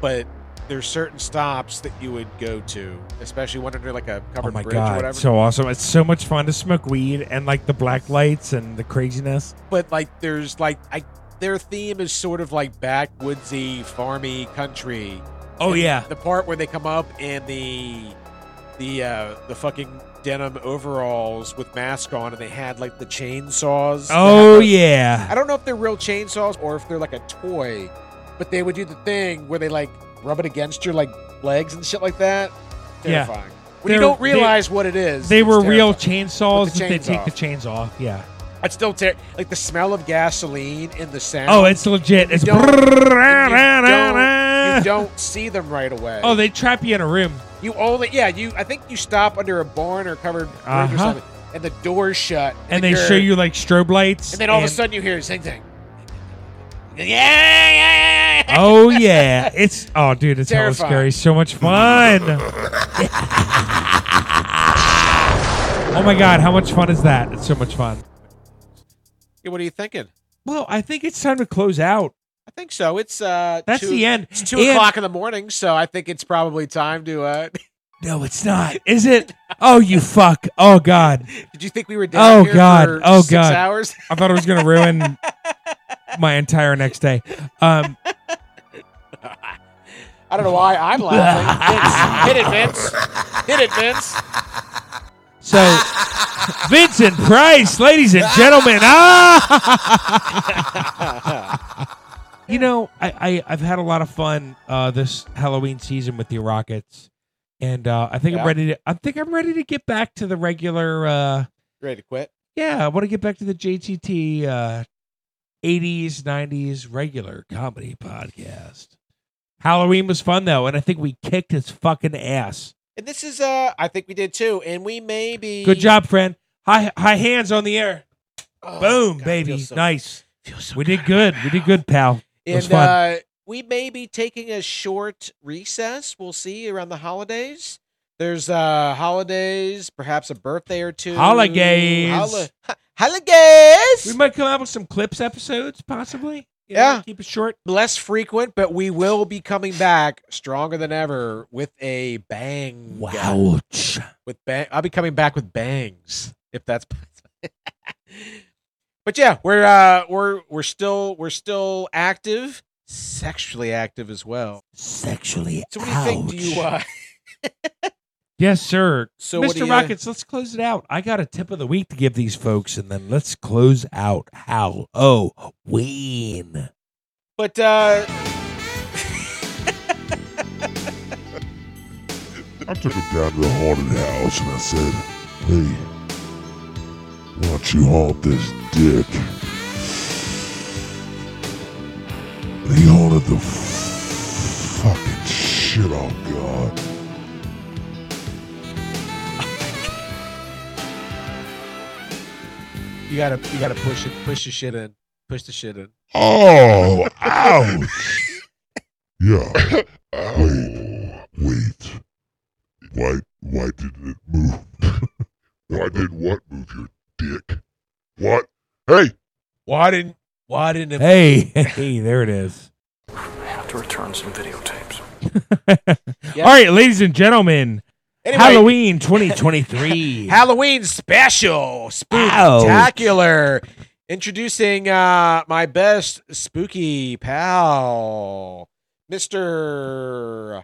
S5: but there's certain stops that you would go to, especially one under like a covered
S4: Oh my
S5: bridge or
S4: god,
S5: whatever.
S4: so awesome! It's so much fun to smoke weed and like the black lights and the craziness.
S5: but like there's like I their theme is sort of like backwoodsy farmy country.
S4: Oh,
S5: And
S4: yeah.
S5: The part where they come up in the the uh the fucking denim overalls with mask on and they had like the chainsaws. that
S4: Oh,
S5: have the-
S4: yeah.
S5: I don't know if they're real chainsaws or if they're like a toy, but they would do the thing where they like rub it against your like legs and shit like that.
S4: Yeah.
S5: Terrifying. When you
S4: They're-
S5: don't
S4: they-
S5: realize what it is.
S4: They
S5: it's
S4: were real
S5: terrifying.
S4: chainsaws
S5: With the
S4: that they
S5: chains
S4: take
S5: off.
S4: the chains off. Yeah.
S5: It's still ter- like the smell of gasoline in the sound.
S4: Oh, it's legit.
S5: You
S4: It's
S5: don't,
S4: brrrr-
S5: you don't- you don't see them right away.
S4: Oh, they trap you in a room.
S5: you only yeah. You I think you stop under a barn or covered bridge
S4: Uh-huh.
S5: or something, and the door's shut.
S4: And
S5: then
S4: they
S5: you're-
S4: show you like strobe lights.
S5: And then all of a sudden you hear zing zing.
S4: Oh yeah. It's oh dude, it's hella
S5: Terrifying.
S4: scary. So much fun. oh my god, how much fun is that? It's so much fun.
S5: Yeah, what are you thinking?
S4: Well, I think it's time to close out.
S5: I think so. It's uh.
S4: That's
S5: two-
S4: the end.
S5: It's two
S4: And-
S5: o'clock in the morning, so I think it's probably time to. uh
S4: No, it's not. Is it? Oh you fuck. Oh god.
S5: Did you think we were down
S4: Oh
S5: here
S4: god.
S5: for
S4: Oh
S5: six
S4: god.
S5: hours?
S4: I thought it was gonna ruin my entire next day. Um
S5: I don't know why I'm laughing. Vince, hit it, Vince. Hit it, Vince.
S4: So, Vincent Price, ladies and gentlemen. Ah! you know, I, I, I've had a lot of fun uh, this Halloween season with the Rockets, and uh, I think
S5: Yeah.
S4: I'm ready to. I think I'm ready to get back to the regular. Uh,
S5: Ready to quit?
S4: yeah, I want to get back to the JTT uh, 80s, 90s regular comedy podcast. Halloween was fun though, and I think we kicked his fucking ass.
S5: And this is uh I think we did too, and we may be
S4: Good job, friend. High high hands on the air.
S5: Oh,
S4: Boom,
S5: God,
S4: baby.
S5: feels so-
S4: nice. we did good. We did good, pal. It was
S5: And
S4: fun.
S5: uh we may be taking a short recess. We'll see around the holidays. There's uh holidays, perhaps a birthday or two.
S4: Holidays.
S5: Holi- ho- holidays.
S4: We might come out with some clips episodes, possibly. You know,
S5: yeah.
S4: keep it short.
S5: Less frequent, but we will be coming back stronger than ever with a bang.
S4: Ouch.
S5: With bang, I'll be coming back with bangs if that's. but yeah, we're uh we're we're still we're still active, sexually active as well.
S4: Sexually.
S5: So what do you think? Do you uh?
S4: Yes, sir.
S5: So what do
S4: Mr.
S5: you- uh,
S4: Rockets, let's close it out. I got a tip of the week to give these folks, and then let's close out. How? Oh, ween.
S5: But uh,
S1: I took him down to the haunted house and I said, Hey, why don't you haunt this dick? And he haunted the fucking shit off God.
S5: you gotta you gotta push it push the shit in push the shit in.
S1: Oh, ouch. yeah. Wait, wait. Why, why didn't it move? why didn't what move your dick? What? Hey,
S5: Why didn't why didn't it
S4: Hey, hey, there it is.
S12: I have to return some videotapes.
S4: All right, ladies and gentlemen,
S5: Anyway.
S4: Halloween 2023.
S5: Halloween special spooktacular. Introducing uh my best spooky pal, Mister.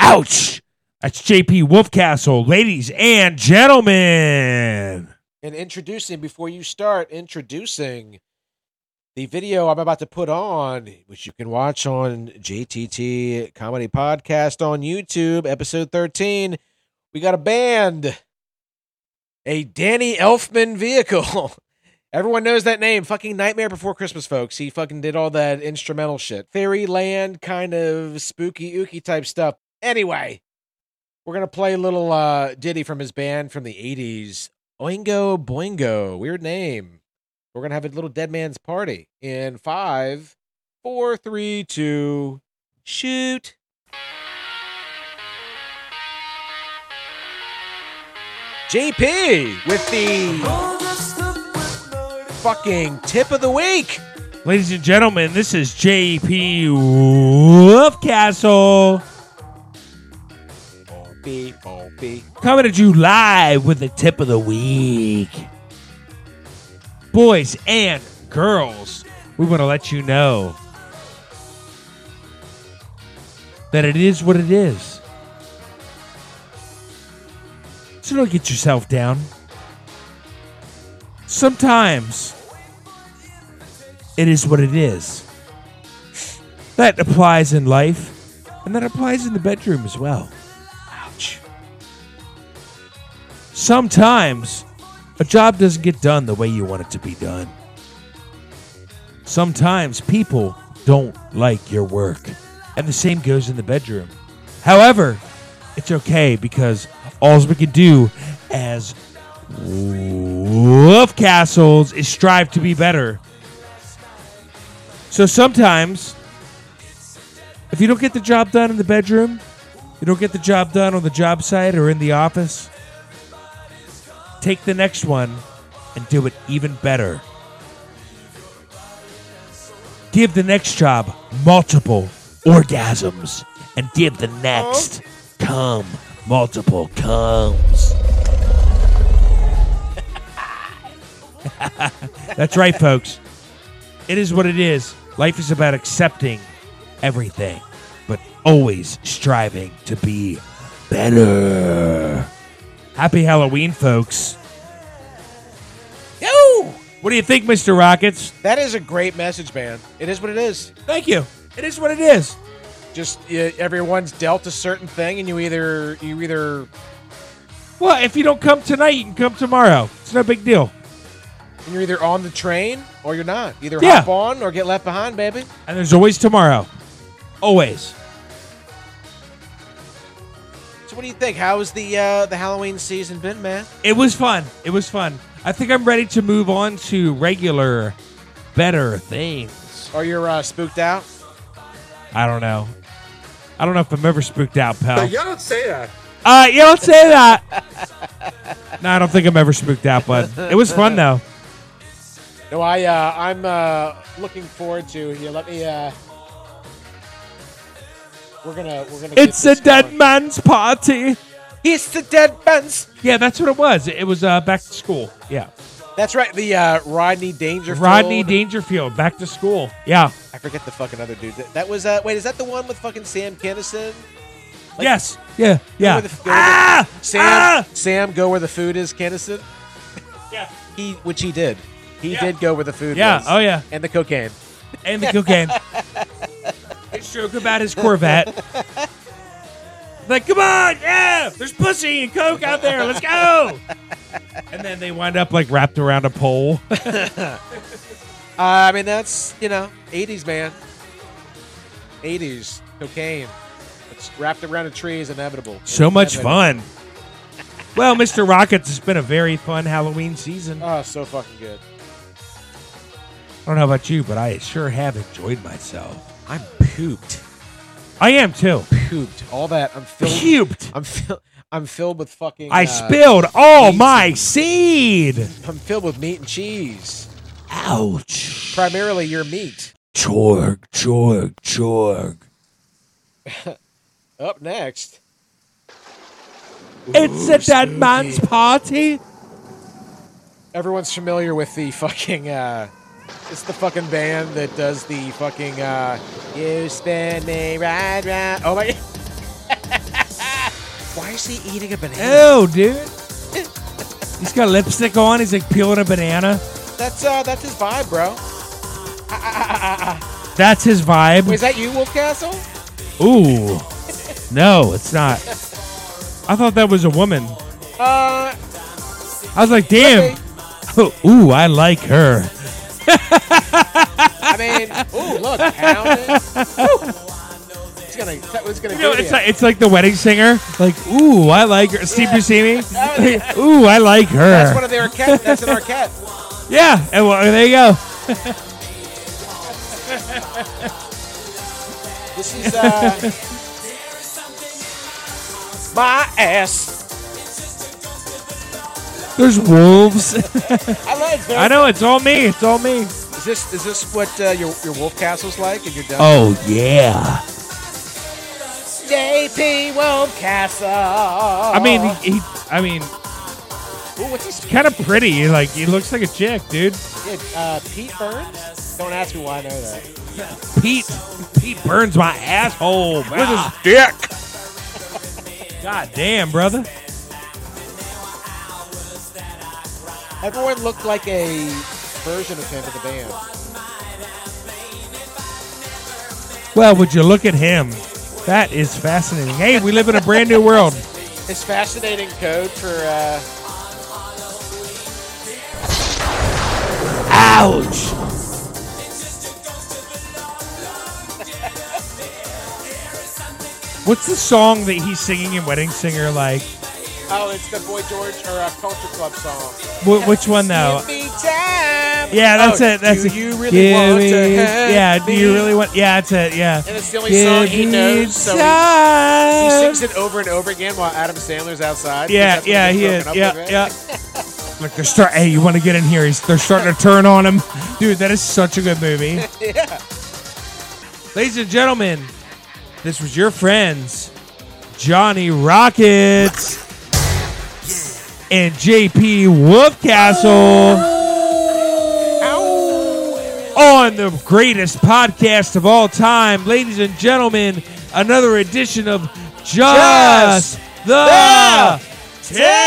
S4: Ouch. That's JP Wolfcastle, ladies and gentlemen.
S5: And introducing before you start introducing the video I'm about to put on, which you can watch on JTT Comedy Podcast on YouTube, episode 13. We got a band, a Danny Elfman vehicle. Everyone knows that name. Fucking Nightmare Before Christmas, folks. He fucking did all that instrumental shit. Fairyland kind of spooky ooky type stuff. Anyway, we're gonna play a little uh ditty from his band from the 80s. Oingo Boingo. Weird name. We're gonna have a little dead man's party in five, four, three, two, shoot. JP with the fucking tip of the week.
S4: Ladies and gentlemen, this is JP Wolfcastle
S5: Beep, oh, beep.
S4: coming at you live with the tip of the week. Boys and girls, we want to let you know that it is what it is. So don't get yourself down. Sometimes it is what it is. That applies in life, and that applies in the bedroom as well. Ouch. Sometimes a job doesn't get done the way you want it to be done. Sometimes people don't like your work, and the same goes in the bedroom. However, it's okay because all we can do as Wolf Castles is strive to be better. So sometimes, if you don't get the job done in the bedroom, you don't get the job done on the job site or in the office, take the next one and do it even better. Give the next job multiple orgasms and give the next cum multiple comes. That's right, folks. It is what it is. Life is about accepting everything, but always striving to be better. Happy Halloween, folks. Yo! What do you think, Mr. Rockets?
S5: That is a great message, man. It is what it is.
S4: Thank you. It is what it is.
S5: Just uh, everyone's dealt a certain thing, and you either you either
S4: Well, if you don't come tonight, you can come tomorrow. It's no big deal.
S5: and you're either on the train or you're not. Either
S4: Yeah.
S5: hop on or get left behind, baby.
S4: And there's always tomorrow. Always.
S5: So what do you think? How's the uh, the Halloween season been, man?
S4: It was fun. It was fun. I think I'm ready to move on to regular, better things.
S5: Are you uh, spooked out?
S4: I don't know. I don't know if I'm ever spooked out, pal.
S13: y'all don't say that.
S4: Uh, you don't say that. no, I don't think I'm ever spooked out, bud. It was fun though.
S5: No, I uh, I'm uh, looking forward to. Here, let me. Uh, we're gonna we're gonna. get
S4: It's a
S5: this
S4: dead
S5: going.
S4: man's party.
S5: It's the dead man's.
S4: Yeah, that's what it was. It was uh, back to school. Yeah,
S5: That's right. The uh, Rodney Dangerfield.
S4: Rodney Dangerfield back to school. Yeah.
S5: I forget the fucking other dude. That, that was. Uh, wait, is that the one with fucking Sam Kinison?
S4: yes. Yeah. Yeah. Ah!
S5: Go where the- go where the- Sam, Sam, go where the food is, Kennison.
S4: Yeah.
S5: He, which he did. He did go where the food
S4: Yeah,
S5: was.
S4: oh, yeah.
S5: And the cocaine.
S4: And the cocaine. His joke about his Corvette. Like, come on, yeah. There's pussy and coke out there. Let's go. And then they wind up like wrapped around a pole.
S5: uh, I mean, that's, you know, 80s, man. 80s. Cocaine. It's wrapped around a tree is inevitable.
S4: So
S5: It's
S4: much
S5: inevitable.
S4: fun. Well, Mr. Rockets, it's been a very fun Halloween season.
S5: Oh, so fucking good.
S4: I don't know about you, but I sure have enjoyed myself.
S5: I'm pooped.
S4: I am too.
S5: Pooped. All that. I'm filled.
S4: Puked.
S5: I'm, fill- I'm filled with fucking.
S4: I
S5: uh,
S4: spilled all my seed.
S5: I'm filled with meat and cheese.
S4: Ouch.
S5: Primarily your meat.
S4: Chorg, chorg, chorg.
S5: Up next.
S4: It's a dead man's party.
S5: Everyone's familiar with the fucking uh it's the fucking band that does the fucking uh You spin me right round Oh my Why is he eating a banana?
S4: Oh, dude. He's got lipstick on. He's like peeling a banana.
S5: That's uh that's his vibe, bro.
S4: That's his vibe.
S5: Wait, is that you, Wolf Castle?
S4: Ooh. No, it's not. I thought that was a woman.
S5: Uh
S4: I was like, damn. Ooh, I like her.
S5: I mean, ooh, look, pounding. Woo. It's gonna it's gonna
S4: You know,
S5: get
S4: it's
S5: ya.
S4: like, it's like the wedding singer. Like, ooh, I like her. Steve Buscemi. Like, ooh, I like her.
S5: That's one of their Arquette. That's an Arquette.
S4: Yeah, and well, there you go.
S5: This is uh my ass.
S4: There's wolves.
S5: I like that.
S4: I know it's all me. It's all me.
S5: Is this is this what uh, your your wolf castle's like? And you're done.
S4: Oh yeah.
S5: JP Wolf Castle.
S4: Oh. I
S5: I
S4: mean, he, he I mean,
S5: Ooh, what's he?
S4: kind of pretty. Like he looks like a chick, dude.
S5: Yeah, uh, Pete Burns. Don't ask me why I know that.
S4: Pete Pete Burns my asshole with
S5: Ah.
S4: his dick. God damn, brother.
S5: Everyone looked like a version of him in the band.
S4: Well, would you look at him? That is fascinating. Hey, we live in a brand new world.
S5: It's fascinating code for. Uh,
S4: Ouch. What's the song that he's singing in Wedding Singer? Like,
S5: oh, it's the Boy George or uh, Culture Club song.
S4: wh- which one though?
S5: Give me time.
S4: Yeah, that's
S5: Oh,
S4: it. That's
S5: do
S4: it.
S5: you really
S4: Give
S5: want
S4: me-
S5: to have
S4: Yeah, do you
S5: me?
S4: really want? Yeah, that's it. Yeah.
S5: And it's the only song he
S4: Give
S5: knows. So
S4: me
S5: he, he
S4: time.
S5: sings it over and over again while Adam Sandler's outside.
S4: Uh, Yeah,
S5: That's when
S4: yeah,
S5: he's
S4: he is.
S5: broken up
S4: Yeah,
S5: with,
S4: yeah.
S5: right?
S4: Like they're start. Hey, you want to get in here? He's, they're starting to turn on him, dude. That is such a good movie.
S5: yeah.
S4: Ladies and gentlemen, this was your friends, Johnny Rockets and JP Wolfcastle on the greatest podcast of all time. Ladies and gentlemen, another edition of Just,
S5: Just
S4: the,
S5: the
S4: Tip.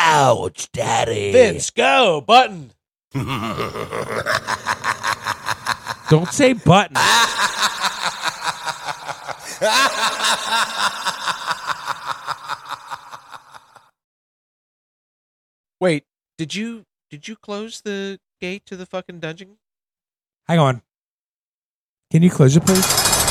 S4: Ouch, daddy.
S5: Vince, go button.
S4: Don't say button.
S5: Wait, did you
S14: Did you close the gate to the fucking dungeon?
S4: Hang on. Can you close it, please?